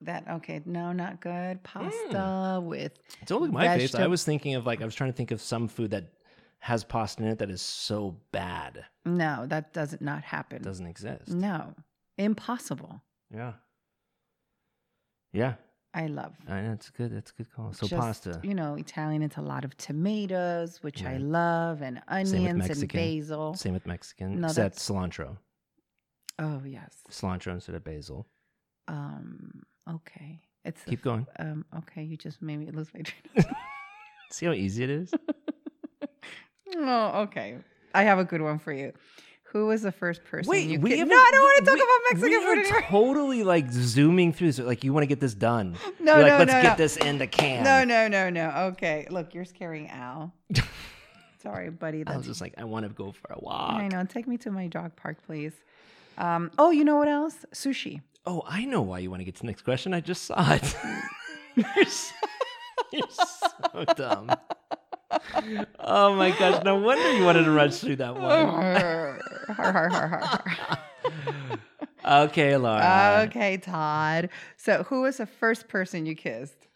B: that okay, no, not
A: Mm.
B: good. Pasta with
A: Don't look at my face. I
B: Vegetab-
A: was thinking of like I was trying to think of some food that has pasta in it that is so bad
B: no, that does not happen.
A: it doesn't exist.
B: no. Impossible.
A: Yeah. Yeah.
B: I love.
A: I know it's good. That's a good call. Oh, So
B: Just,
A: pasta.
B: You know, Italian, it's a lot of tomatoes, which I
A: Right.
B: love, and onions and
A: Mexican.
B: basil.
A: Same with Mexican.
B: No,
A: except cilantro.
B: Oh yes.
A: Cilantro instead of basil.
B: Um okay. It's a
A: Keep going.
B: um okay, you just made me lose my train of
A: See how easy it is?
B: Oh, okay. I have a good one for you. Who was the first person? you ki-
A: haven't-
B: no, I don't want to talk
A: we-
B: about Mexican
A: we
B: food
A: are
B: anymore.
A: totally like zooming through. So like you want to get this done.
B: No,
A: You're like,
B: no,
A: let's
B: no,
A: get
B: no.
A: this in the can.
B: No, no, no, no. Okay, look, you're scaring Al. Sorry, buddy.
A: I
B: That's,
A: was just like, I want to go for a walk.
B: I know. Take me to my dog park, please. Um, oh, you know what else? Sushi.
A: Oh, I know why you want to get to the next question. I just saw it. you're, so, you're so dumb. Oh my gosh. No wonder you wanted to rush through that one.
B: har, har, har, har,
A: Okay, Laura.
B: har. okay, Todd. So, who was the first person you kissed?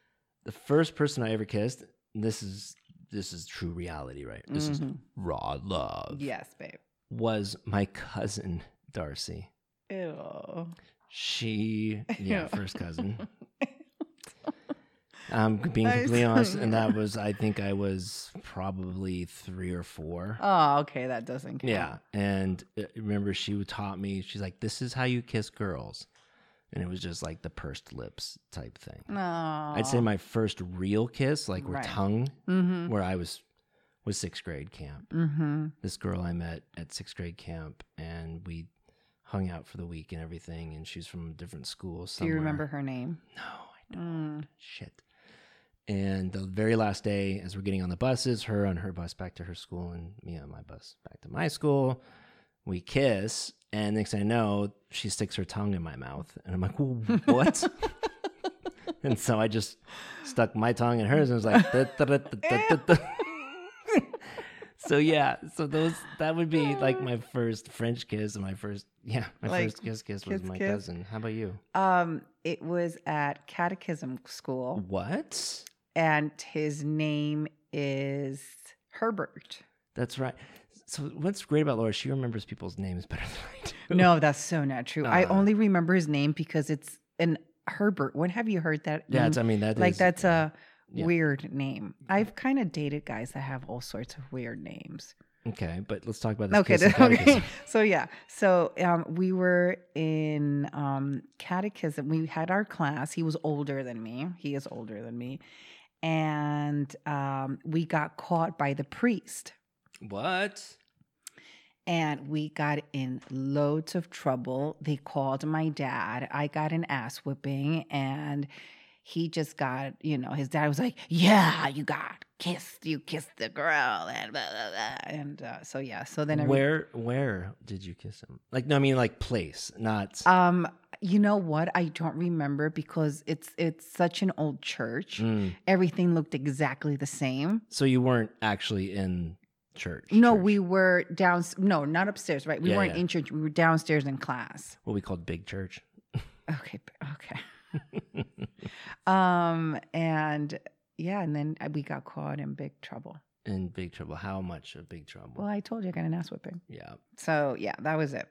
A: The first person I ever kissed, this is this is true reality, right? This is
B: Mhm.
A: raw love.
B: Yes, babe.
A: Was my cousin Darcy.
B: Ew.
A: She
B: Ew.
A: yeah, first cousin. I'm being
B: I'm
A: completely honest, and
B: sorry.
A: that was I think I was probably three or four.
B: Oh, okay. That doesn't count.
A: Yeah. And uh, remember, she taught me, she's like, this is how you kiss girls. And it was just like the pursed lips type thing.
B: No.
A: I'd say my first real kiss, like where
B: Right.
A: tongue,
B: Mm-hmm.
A: where I was, was sixth grade camp.
B: Mm-hmm.
A: This girl I met at sixth grade camp, and we hung out for the week and everything. And she's from a different school.
B: Do
A: Somewhere.
B: you remember her name?
A: No, I
B: Mm.
A: shit. And the very last day, as we're getting on the buses, her on her bus back to her school and me on my bus back to my school, We kiss, and next thing I know, she sticks her tongue in my mouth, and I'm like, "Wh- "What?" and so I just stuck my tongue in hers, and it was like, "Da, da, da, da, da,
B: Mm.
A: da, da." so yeah, so those that would be like my first French kiss, and my first yeah, my
B: Like,
A: first kiss kiss was
B: kiss,
A: my
B: kiss.
A: cousin. How about you?
B: Um, it was at catechism school,
A: What?
B: and his name is Herbert.
A: That's right. So what's great about Laura? She remembers people's names better than I do.
B: No, that's so not true. I
A: Uh.
B: only remember his name because it's an Herbert. When have you heard that?
A: Yeah,
B: name?
A: it's, I mean that
B: like
A: is-
B: that's a
A: Yeah.
B: weird name. I've kind of dated guys that have all sorts of weird names.
A: okay. But let's talk about this.
B: Okay,
A: kiss and
B: then- okay.
A: catechism.
B: So yeah, so um, we were in um, catechism. We had our class. He was older than me. He is older than me, and um, we got caught by the priest,
A: What?
B: and we got in loads of trouble. They called my dad. I got an ass whipping, and he just got you know his dad was like, "Yeah, you got kissed. You kissed the girl," and blah, blah, blah. and uh, so yeah. So then every-
A: where where did you kiss him? Like no, I mean like place, not.
B: Um, you know what? I don't remember because it's it's such an old church.
A: Mm.
B: Everything looked exactly the same.
A: So you weren't actually in church.
B: No,
A: church,
B: we were down. No, not upstairs. Right? We
A: Yeah,
B: weren't
A: yeah.
B: in church. We were downstairs in class.
A: what we called big church.
B: Okay. p- Okay. um, and yeah, and then uh, we got caught in big trouble.
A: in big trouble. How much of big trouble?
B: Well, I told you I got an ass whipping.
A: yeah.
B: So yeah, that was it.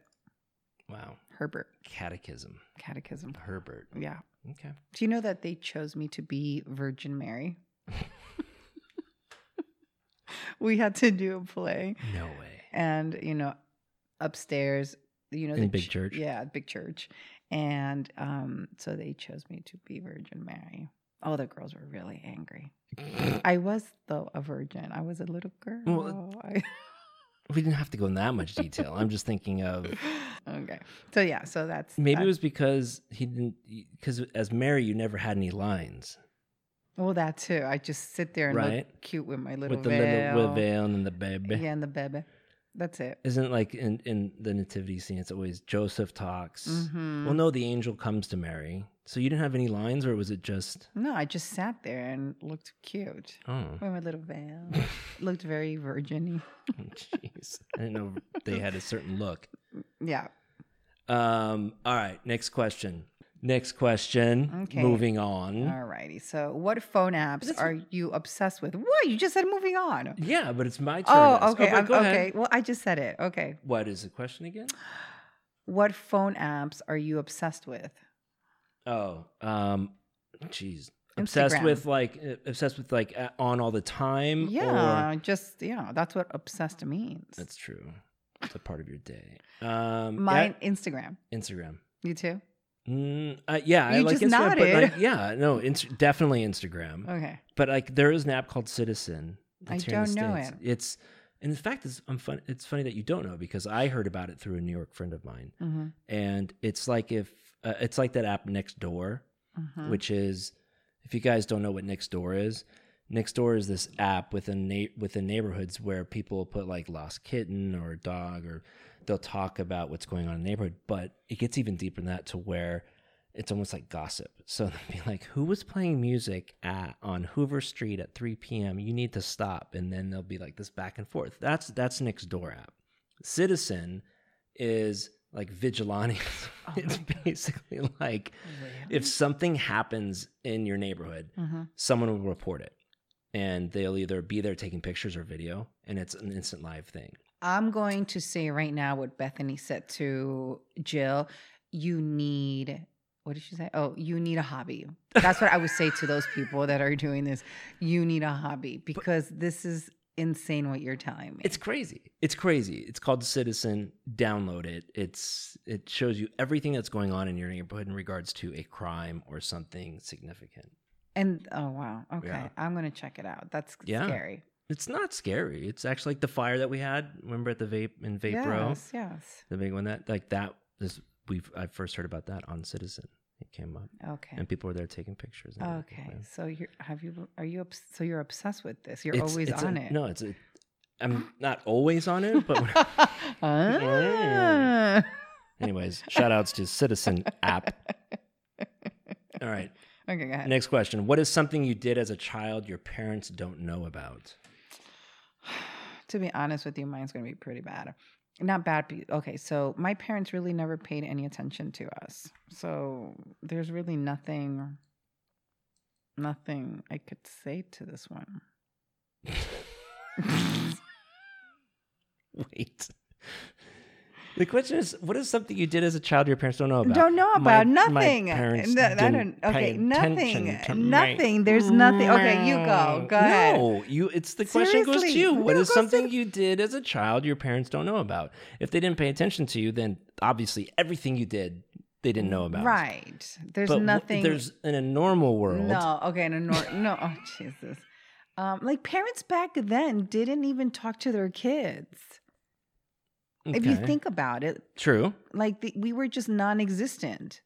A: Wow.
B: Herbert
A: Catechism.
B: Catechism.
A: Herbert.
B: Yeah.
A: Okay.
B: Do you know that they chose me to be Virgin Mary? we had to do a play,
A: No way.
B: and you know, upstairs, you know,
A: In
B: the
A: big
B: ch-
A: church?
B: yeah, big church, and um, so they chose me to be Virgin Mary. All the girls were really angry. I was though a virgin. I was a little girl.
A: Well,
B: I-
A: we didn't have to go in that much detail. I'm just thinking of
B: okay, so yeah, so that's
A: maybe it
B: that-
A: was because he didn't because as Mary you never had any lines
B: well that too. I just sit there and look
A: Right.
B: cute with my little
A: with the
B: veil.
A: little with veil and the baby.
B: Yeah, and the bebe. That's it.
A: Isn't like in, in the nativity scene it's always Joseph talks.
B: Mhm.
A: Well, no, the angel comes to Mary. So you didn't have any lines, or was it just?
B: no, I just sat there and looked cute
A: Oh,
B: with my little veil. looked very virgin
A: jeez, I didn't know they had a certain look.
B: Yeah.
A: Um, all right, next question. Next question.
B: Okay.
A: Moving on.
B: Alrighty. So, what phone apps
A: Mm-hmm. That's-
B: are you obsessed with? What? You just said moving on.
A: Yeah, but it's my turn. now.
B: oh, okay.
A: but
B: I'm-
A: go ahead.
B: okay. Well, I just said it. Okay.
A: What is the question again?
B: What phone apps are you obsessed with?
A: Oh, um, jeez. Obsessed
B: Instagram.
A: with like uh, obsessed with like uh, on all the time. Mm, Or,
B: Yeah, just, yeah, that's what obsessed means.
A: that's true. It's a part of your day. Um,
B: Mine, Instagram.
A: yeah, Instagram.
B: You too?
A: Mm, uh, yeah, I
B: You
A: like
B: just
A: Instagram,
B: nodded.
A: but like, yeah, no, inst- definitely Instagram.
B: Okay.
A: But like, there is an app called Citizen.
B: I
A: that's here in the
B: don't know
A: States. It's, and in fact, it's I'm fun. It's funny that you don't know because I heard about it through a New York friend of mine,
B: Mm-hmm.
A: and it's like if uh, it's like that app Next Door,
B: Mm-hmm.
A: which is, if you guys don't know what Next Door is, Next Door is this app within na- within neighborhoods where people put like lost kitten or dog or they'll talk about what's going on in the neighborhood. But it gets even deeper than that to where it's almost like gossip. So they'll be like, "Who was playing music at on Hoover Street at 3 p.m.? You need to stop." And then they'll be like this back and forth. That's that's Next Door app. Citizen is like vigilante.
B: Oh
A: it's basically like if something happens in your neighborhood,
B: hmm
A: someone will report it. And they'll either be there taking pictures or video, and it's an instant live thing.
B: I'm going to say right now what Bethany said to Jill. You need what did she say? Oh, you need a hobby. That's what I would say to those people that are doing this. You need a hobby because this is insane what you're telling me.
A: It's crazy. It's crazy. It's called Citizen. Download it. It's it shows you everything that's going on in your neighborhood in regards to a crime or something significant.
B: and oh wow. Okay.
A: Yeah.
B: I'm gonna check it out. That's
A: Yeah.
B: scary.
A: It's not scary. It's actually like the fire that we had. Remember at the vape in Vape Row,
B: Yes, yes.
A: the big one that like that is we've I first heard about that on Citizen. It came up,
B: Okay.
A: and people were there taking pictures. and everything,
B: Okay.
A: man.
B: So you're have you are you obs- so you're obsessed with this. You're
A: It's-
B: always
A: it's a-
B: on it.
A: No, it's a, I'm not always on it, but
B: Ah.
A: guys. Shout outs to Citizen app. All right.
B: Okay, go ahead.
A: Next question. What is something you did as a child your parents don't know about?
B: to be honest with you, mine's going to be pretty bad. Not bad. Be- okay, so my parents really never paid any attention to us. So there's really nothing, nothing I could say to this one.
A: Wait. The question is, what is something you did as a child your parents don't know about?
B: Don't know
A: My-
B: about nothing.
A: My parents
B: Th-
A: didn't
B: I don't. Okay,
A: pay
B: nothing.
A: attention to me.
B: Nothing. There's nothing. Okay, you go. Go ahead.
A: No, you. It's the question goes to
B: Seriously,
A: you. What
B: no,
A: is
B: goes to-
A: something you did as a child your parents don't know about? If they didn't pay attention to you, then obviously everything you did they didn't know about.
B: Right. There's
A: But w-
B: nothing.
A: There's in a normal world.
B: No, okay, in a nor- no, oh Jesus. Um, like parents back then didn't even talk to their kids. If you
A: Okay.
B: think about it,
A: true,
B: like the, we were just non-existent.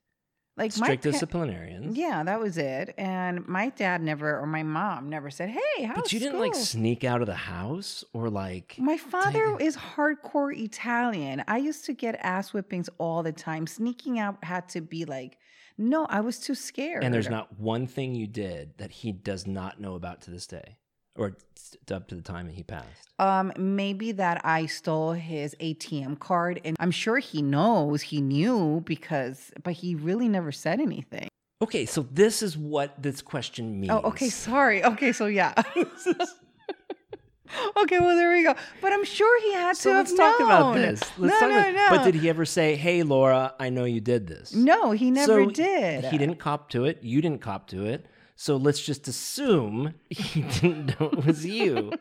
B: Like
A: strict
B: my pa-
A: disciplinarians.
B: yeah, that was it. And my dad never, or my mom never said, "Hey, how's
A: but you didn't like
B: school?"
A: sneak out of the house or like.
B: My father
A: Dang.
B: is hardcore Italian. I used to get ass whippings all the time. Sneaking out had to be like, no, I was too scared.
A: And there's not one thing you did that he does not know about to this day, or t- up to the time that he passed.
B: Um, maybe that I stole his ATM card, and I'm sure he knows he knew because, but he really never said anything.
A: Okay, so this is what this question means.
B: Oh, okay, sorry. Okay, so yeah. okay, well there we go. But I'm sure he had
A: So
B: to
A: let's
B: have
A: talk about
B: known.
A: this. Let's
B: no,
A: talk
B: no,
A: about,
B: no.
A: But did he ever say, "Hey, Laura, I know you did this"?
B: No, he never
A: So
B: did.
A: He didn't cop to it. You didn't cop to it. So let's just assume he didn't know it was you.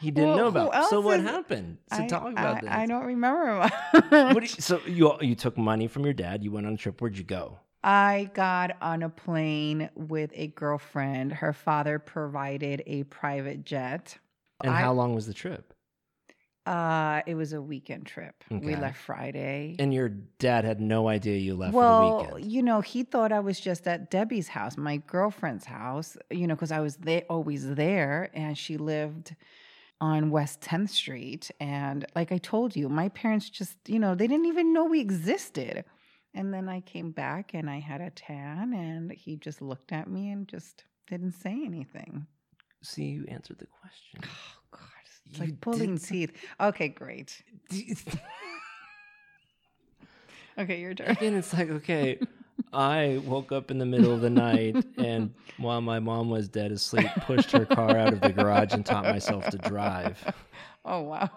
A: He didn't
B: Well,
A: know
B: who
A: about. So
B: else
A: what
B: is-
A: happened? So
B: I-
A: talk about
B: I,
A: this.
B: I don't remember.
A: What do you- so you you took money from your dad. You went on a trip. Where'd you go?
B: I got on a plane with a girlfriend. Her father provided a private jet.
A: And
B: I-
A: how long was the trip?
B: Uh, it was a weekend trip. We
A: Okay.
B: left Friday.
A: And your dad had no idea you left
B: well,
A: for the weekend.
B: you know, he thought I was just at Debbie's house, my girlfriend's house, you know, because I was there, always there, and she lived on West 10th Street. And like I told you, my parents just, you know, they didn't even know we existed. And then I came back and I had a tan, and he just looked at me and just didn't say anything.
A: See, you answered the question.
B: Oh, God. It's
A: You
B: like pulling
A: did
B: teeth. Okay, great. Okay, your turn.
A: Again, it's like, okay, I woke up in the middle of the night and while my mom was dead asleep, pushed her car out of the garage and taught myself to drive.
B: Oh wow.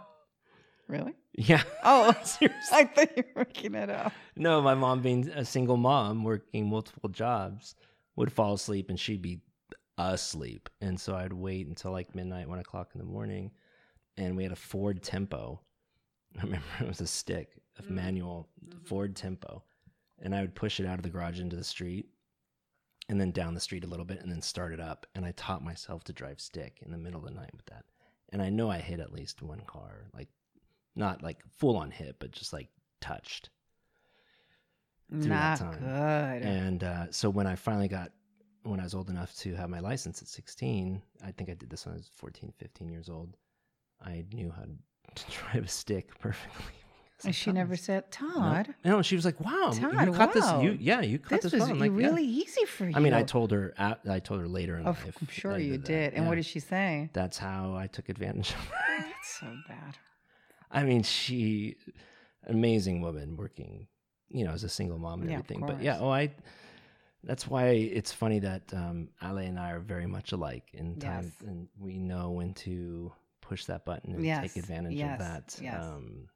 B: Really?
A: Yeah.
B: Oh,
A: Seriously.
B: I thought you were making it up.
A: No, my mom being a single mom working multiple jobs would fall asleep and she'd be asleep. And so I'd wait until like midnight, one o'clock in the morning. And we had a Ford Tempo. I remember it was a stick of manual Ford Tempo. And I would push it out of the garage into the street and then down the street a little bit and then start it up. And I taught myself to drive stick in the middle of the night with that. And I know I hit at least one car, like not like full on hit, but just like touched. that
B: Not
A: time.
B: good.
A: And uh, so when I finally got, when I was old enough to have my license at 16, I think I did this when I was 14, 15 years old. I knew how to drive a stick perfectly.
B: And she never said, Todd,
A: No, she was like, "Wow,
B: Todd,
A: you caught
B: wow.
A: this. You, yeah, you caught this,
B: this, was
A: well." I'm like, "Yeah."
B: really easy for you.
A: I mean, I told her. at- I told her later in
B: Of,
A: life.
B: I'm sure
A: I
B: you
A: that.
B: did. And what
A: Yeah.
B: did she say?
A: That's how I took advantage of her.
B: That's so bad.
A: I mean, she amazing woman working, you know, as a single mom and
B: Yeah, of
A: everything. But yeah,
B: course.
A: oh, I. That's why it's funny that um, Ale and I are very much alike in time,
B: Yes.
A: and we know when to push that button and
B: Yes,
A: take advantage
B: yes,
A: of that.
B: yes.
A: Um,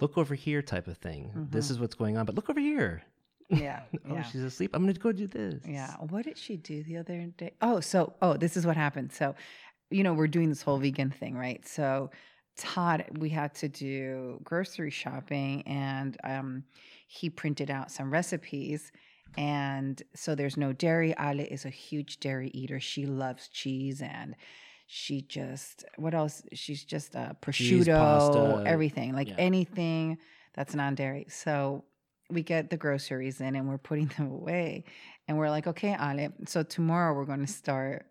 A: look over here, type of thing. This is what's going on, but look over here.
B: Yeah.
A: Oh,
B: yeah.
A: she's asleep. I'm going to go do this.
B: Yeah. What did she do the other day? Oh, so oh, this is what happened. So, you know, we're doing this whole vegan thing, right? So, Todd, we had to do grocery shopping, and um, he printed out some recipes. And so there's no dairy. Ale is a huge dairy eater. She loves cheese and she just what else? She's just uh, prosciutto,
A: Cheese, pasta,
B: everything, like
A: yeah.
B: anything that's non-dairy. So we get the groceries in and we're putting them away. And we're like, okay, Ale, so tomorrow we're going to start,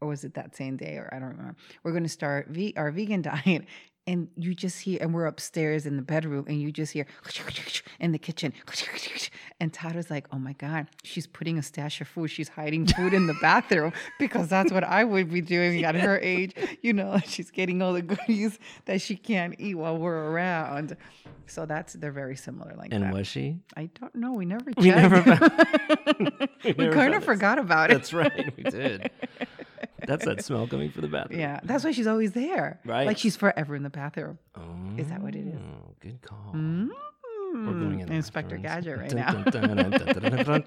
B: or was it that same day? Or I don't remember. We're going to start ve- our vegan diet. and you just hear, and we're upstairs in the bedroom, and you just hear in the kitchen. And Todd was like, "Oh my God, she's putting a stash of food. She's hiding food in the bathroom because that's what I would be doing at her age. You know, she's getting all the goodies that she can't eat while we're around. So that's they're very similar like
A: And
B: that.
A: was she?
B: I don't know. We never checked.
A: We never
B: we
A: never
B: kind
A: found
B: of
A: it.
B: forgot about it.
A: That's right. We did. That's that smell coming from the bathroom.
B: Yeah, that's why she's always there.
A: Right.
B: Like she's forever in the bathroom. Is that what it is? Mm-hmm.
A: Oh, Good call. We're
B: Mm,
A: going in
B: Inspector Gadget right now. Oh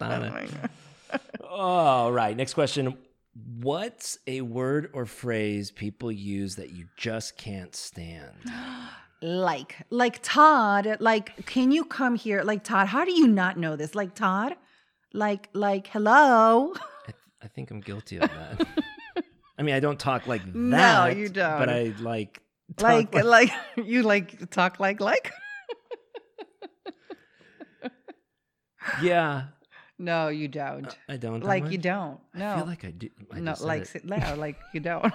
A: now. All right. Next question. What's a word or phrase people use that you just can't stand?
B: like, like Todd, like, can you come here? Like Todd, how do you not know this? Like Todd, like, like, hello.
A: I, I think I'm guilty of that. I mean, I don't talk like that.
B: No, you don't.
A: But I like
B: Like, like, you like talk like, like.
A: yeah. uh,
B: No, you don't.
A: I don't. that
B: like you
A: much.
B: don't. No,
A: I feel like I do. I
B: no,
A: just said
B: like,
A: it.
B: si- no, like you don't.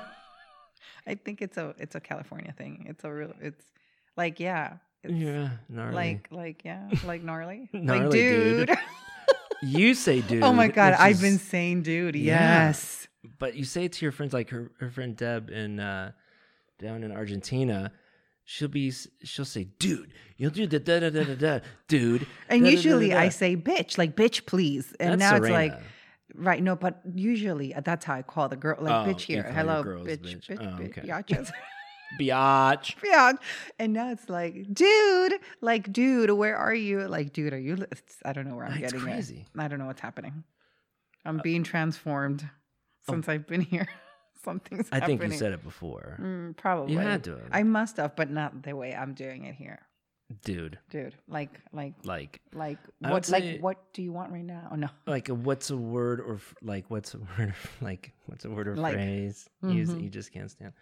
B: I think it's a, it's a California thing. It's a real, it's like, yeah, it's,
A: yeah, gnarly.
B: like like yeah like gnarly,
A: Gnarly,
B: like
A: dude.
B: dude,
A: you say, dude.
B: oh my god
A: which
B: i've
A: is-
B: been saying dude
A: Yeah.
B: yes
A: But you say it to your friends, like her, her friend Deb in uh, down in Argentina. She'll be, s- she'll say, dude, you'll do the da da da da da, dude.
B: and
A: da, da, da,
B: usually
A: da, da."
B: i say bitch like bitch please
A: That's
B: and now
A: Serena.
B: it's like right no but usually uh, that's how i call the girl like
A: Oh,
B: bitch
A: you
B: here
A: call your
B: hello
A: girls
B: bitch
A: bitch.
B: bitch
A: Oh,
B: bitch
A: okay.
B: yachas.
A: biatch.
B: yeah and now it's like dude like dude where are you like dude are you li- it's- i don't know where i'm
A: It's
B: getting it.
A: crazy. Uh,
B: i don't know what's happening i'm being transformed since i've been here something's
A: oh. I think
B: happening.
A: you said it before.
B: Mm, probably
A: You had to, have.
B: I must have, but not the way I'm doing it here,
A: dude.
B: dude. Like, like,
A: Like,
B: like,
A: I would
B: what,
A: say-
B: like, what do you want right now? Oh no,
A: like what's a word or f- like what's a word or- like what's a word or
B: Like.
A: phrase you use that
B: Mhm.
A: you just can't stand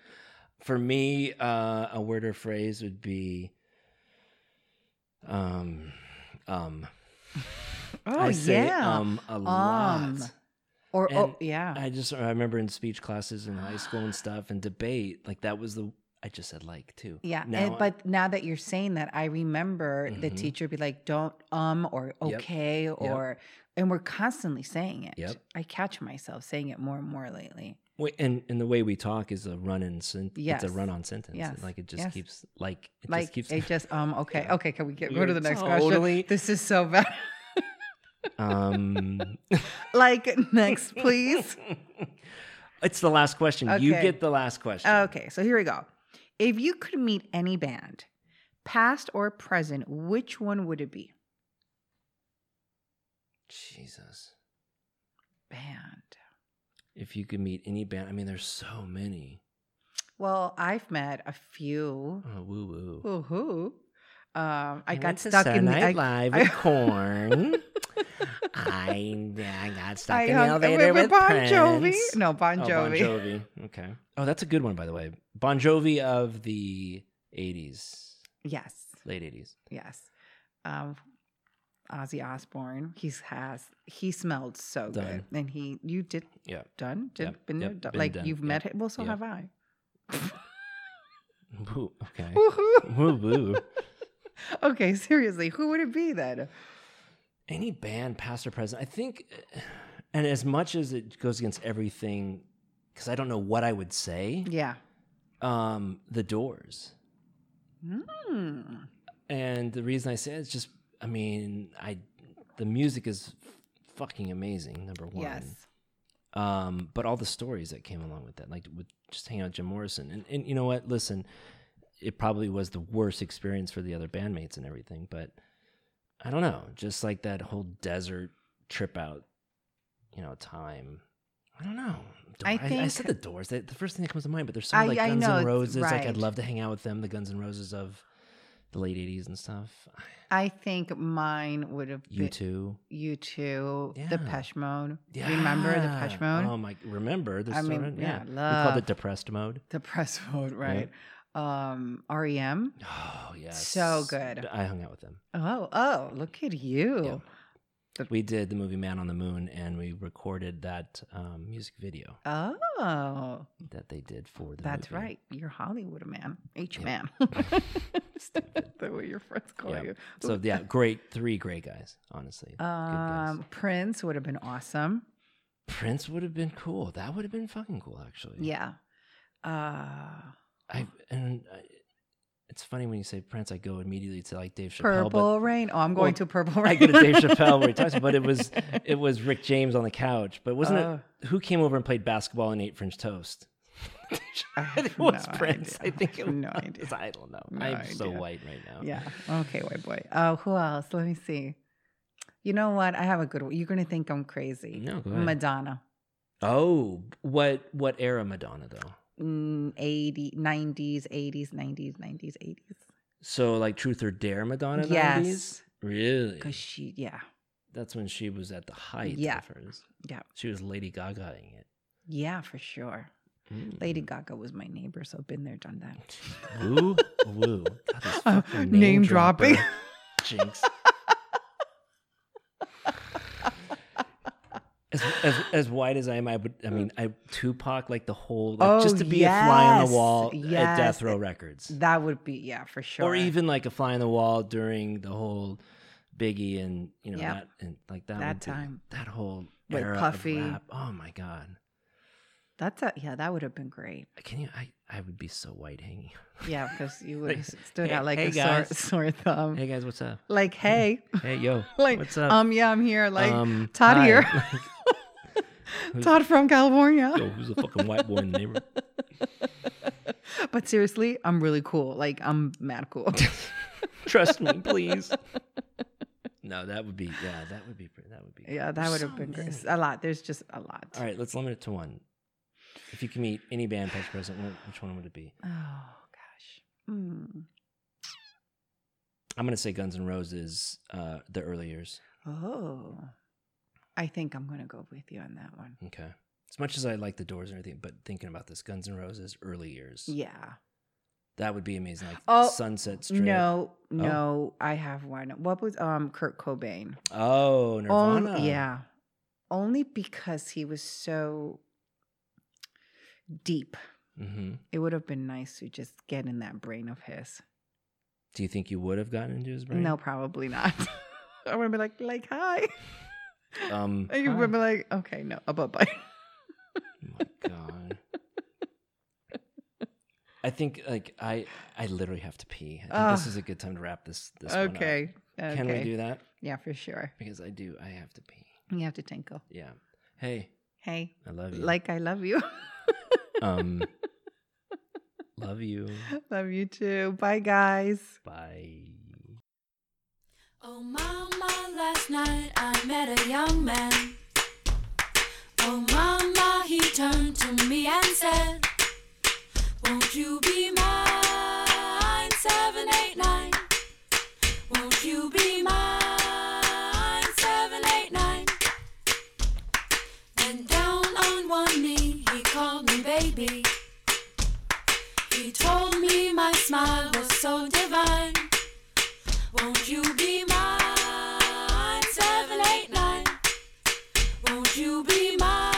A: for me uh a word or phrase would be um um
B: oh
A: i say
B: yeah,
A: um a lot
B: Um. or
A: and
B: oh yeah,
A: i just i remember in speech classes in high school and stuff and debate like that was the i just said like too
B: yeah.
A: now
B: and, but now that you're saying that, I remember the
A: Mhm.
B: teacher be like, "Don't um or
A: Yep.
B: okay or," and we're constantly saying it.
A: Yep.
B: I catch myself saying it more and more lately.
A: wait, and and the way we talk is a run in sen-
B: Yes.
A: it's a run on sentence
B: Yes.
A: like it just
B: Yes.
A: keeps like it
B: like
A: just keeps
B: it just um okay
A: Yeah.
B: okay. Can we get go
A: You're
B: to the next
A: totally-
B: question? This is so bad.
A: um
B: like next, please.
A: It's the last question. You
B: Okay.
A: get the last question.
B: Okay, so here we go. If you could meet any band, past or present, which one would it be?
A: Jesus.
B: Band.
A: If you could meet any band, I mean, there's so many.
B: Well, I've met a few.
A: Oh, woo woo.
B: Woohoo. Um, I
A: went
B: got
A: to
B: stuck in the.
A: Saturday Night
B: I,
A: Live
B: I-
A: with Korn. I, I got stuck
B: I
A: in the
B: hung-
A: elevator with
B: Bon
A: Prince.
B: Jovi. No, Bon
A: Oh, bon
B: Jovi.
A: Jovi. Okay. Oh, that's a good one, by the way. Bon Jovi of the 80s,
B: Yes,
A: late 80s.
B: yes. Um, Ozzy Osbourne. He's has he smelled so
A: Done.
B: good, and he you did
A: Yeah.
B: done did
A: Yep,
B: been, there,
A: yep,
B: done.
A: been
B: like
A: done,
B: you've met
A: yep,
B: him. Well, so
A: yep.
B: have I.
A: Woo, okay.
B: Woohoo.
A: woo woo.
B: Okay, seriously, who would it be then?
A: any band past or present i think and as much as it goes against everything because i don't know what i would say
B: Yeah.
A: um the doors
B: Hmm.
A: and the reason i say it is just i mean i the music is fucking amazing number one
B: Yes.
A: um, but all the stories that came along with that, like with just hanging out with Jim Morrison, and and you know what? Listen, it probably was the worst experience for the other bandmates and everything, but I don't know, just like that whole desert trip out, you know, time. I don't know. Do-
B: I
A: I, I
B: think-
A: said the Doors. That, the first thing that comes to mind, but there's so many,
B: I-
A: like
B: I
A: Guns
B: know,
A: N'
B: it's-
A: Roses. Like I'd
B: right.
A: love to hang out with them, the Guns N' Roses of the late '80s and stuff.
B: I think mine would have
A: You
B: been
A: too.
B: you two,
A: Yeah.
B: the Pesh Mode. Remember the Pesh Mode?
A: Oh my! Remember the
B: I
A: story?
B: mean,
A: yeah,
B: yeah,
A: we called
B: love.
A: it depressed mode.
B: the Press Mode, right? Um, REM.
A: Oh yes,
B: So good.
A: I hung out with them.
B: Oh, oh, look at you. The-
A: we did the movie Man on the Moon, and we recorded that um, music video
B: Oh,
A: that they did for the.
B: that's
A: movie.
B: right. You're Hollywood man, H
A: Yeah.
B: man. the way your friends call
A: Yeah.
B: you.
A: So yeah, great three great guys. Honestly, Good guys.
B: Um, Prince would have been awesome.
A: Prince would have been cool. That would have been fucking cool, actually.
B: Yeah. Uh,
A: I and I, it's funny when you say Prince, I go immediately to like Dave Chappelle.
B: Purple Rain. Oh, I'm going
A: Well,
B: to Purple Rain.
A: But I go to Dave Chappelle where he talks, but it was it was Rick James on the couch. But wasn't
B: Oh.
A: it who came over and played basketball and ate French toast?
B: I
A: it
B: have
A: was
B: no
A: Prince.
B: idea.
A: I think it
B: have no
A: was.
B: idea.
A: I don't know.
B: No
A: I'm so
B: idea.
A: white right now.
B: Yeah. Okay, white boy. Oh, who else? Let me see. You know what? I have a good one. You're gonna think I'm crazy.
A: No, go ahead.
B: Madonna.
A: Oh, what what era Madonna though?
B: Mm, 80, 90s, 80s, 90s, 90s, 80s.
A: So like Truth or Dare Madonna? 90s?
B: Yes.
A: Really?
B: Because she, yeah.
A: That's when she was at the height
B: Yeah.
A: of hers.
B: Yeah.
A: She was Lady Gagaing it.
B: Yeah, for sure.
A: Mm.
B: Lady Gaga was my neighbor, so been there, done that.
A: Woo, woo. God, this
B: Uh,
A: fucking
B: name dropping.
A: dropper. Jinx. As, as, as white as I am, I would. I mean, I Tupac like the whole like, just
B: Oh,
A: to be a fly on
B: yes,
A: the wall at
B: yes.
A: Death Row Records,
B: That would be, yeah, for sure.
A: or even like a fly on the wall during the whole Biggie and you know
B: Yeah.
A: that and like that
B: That
A: would be-
B: time.
A: that whole
B: With
A: era of
B: Puffy.
A: rap. Oh my god,
B: That's a, yeah, that would have been great.
A: can you? I I would be so white hanging.
B: Yeah, because you would
A: Like,
B: have stood
A: hey-
B: out like
A: hey,
B: a sore,
A: guys.
B: sore thumb.
A: Hey guys, what's up?
B: Like, hey,
A: Hey yo,
B: like,
A: what's up?
B: um, yeah, I'm here. Like,
A: Um,
B: Todd
A: hi.
B: here.
A: who's-
B: Todd from California.
A: Yo, who's the fucking white boy in the neighborhood?
B: But seriously, I'm really cool. Like, I'm mad cool.
A: Trust me, please. No, that would be yeah, that would be pre- that would be.
B: yeah, that
A: There's
B: would have
A: so
B: been great.
A: many.
B: A lot. There's just a lot.
A: All right, let's limit it to one. If you can meet any band past present, wh- which one would it be?
B: Oh, gosh. Mm.
A: I'm gonna say Guns N' Roses, uh, the early years.
B: Oh. I think I'm going to go with you on that one.
A: Okay. As much as I like the Doors and everything, but thinking about this, Guns N' Roses early years,
B: Yeah.
A: that would be amazing. Like
B: Oh,
A: Sunset Strip. Oh.
B: No, no, I have one. What was um Kurt Cobain?
A: Oh,
B: Only-
A: Nirvana.
B: yeah. Only because he was so deep.
A: hmm
B: It would have been nice to just get in that brain of his.
A: Do you think you would have gotten into his brain?
B: No, probably not. I would have been like, like, hi.
A: Um.
B: And you
A: hi.
B: would be like, okay, no, uh, bye bye.
A: my god. I think like I I literally have to pee. I think this
B: Ugh.
A: is a good time to wrap this this one up.
B: Okay. Okay.
A: Can we do that?
B: yeah, for sure.
A: Because I do. I have to pee.
B: You have to tinkle.
A: Yeah. Hey,
B: Hey,
A: I love you.
B: like I love you.
A: um love you.
B: love you too. Bye guys.
A: Bye.
C: Oh, mama, last night I met a young man. Oh, mama, he turned to me and said, Won't you be mine? Seven, eight, nine. Won't you be mine? Seven, eight, nine. And down on one knee, he called me baby. He told me my smile was so divine. Won't you be mine? Seven, eight, nine. Won't you be mine?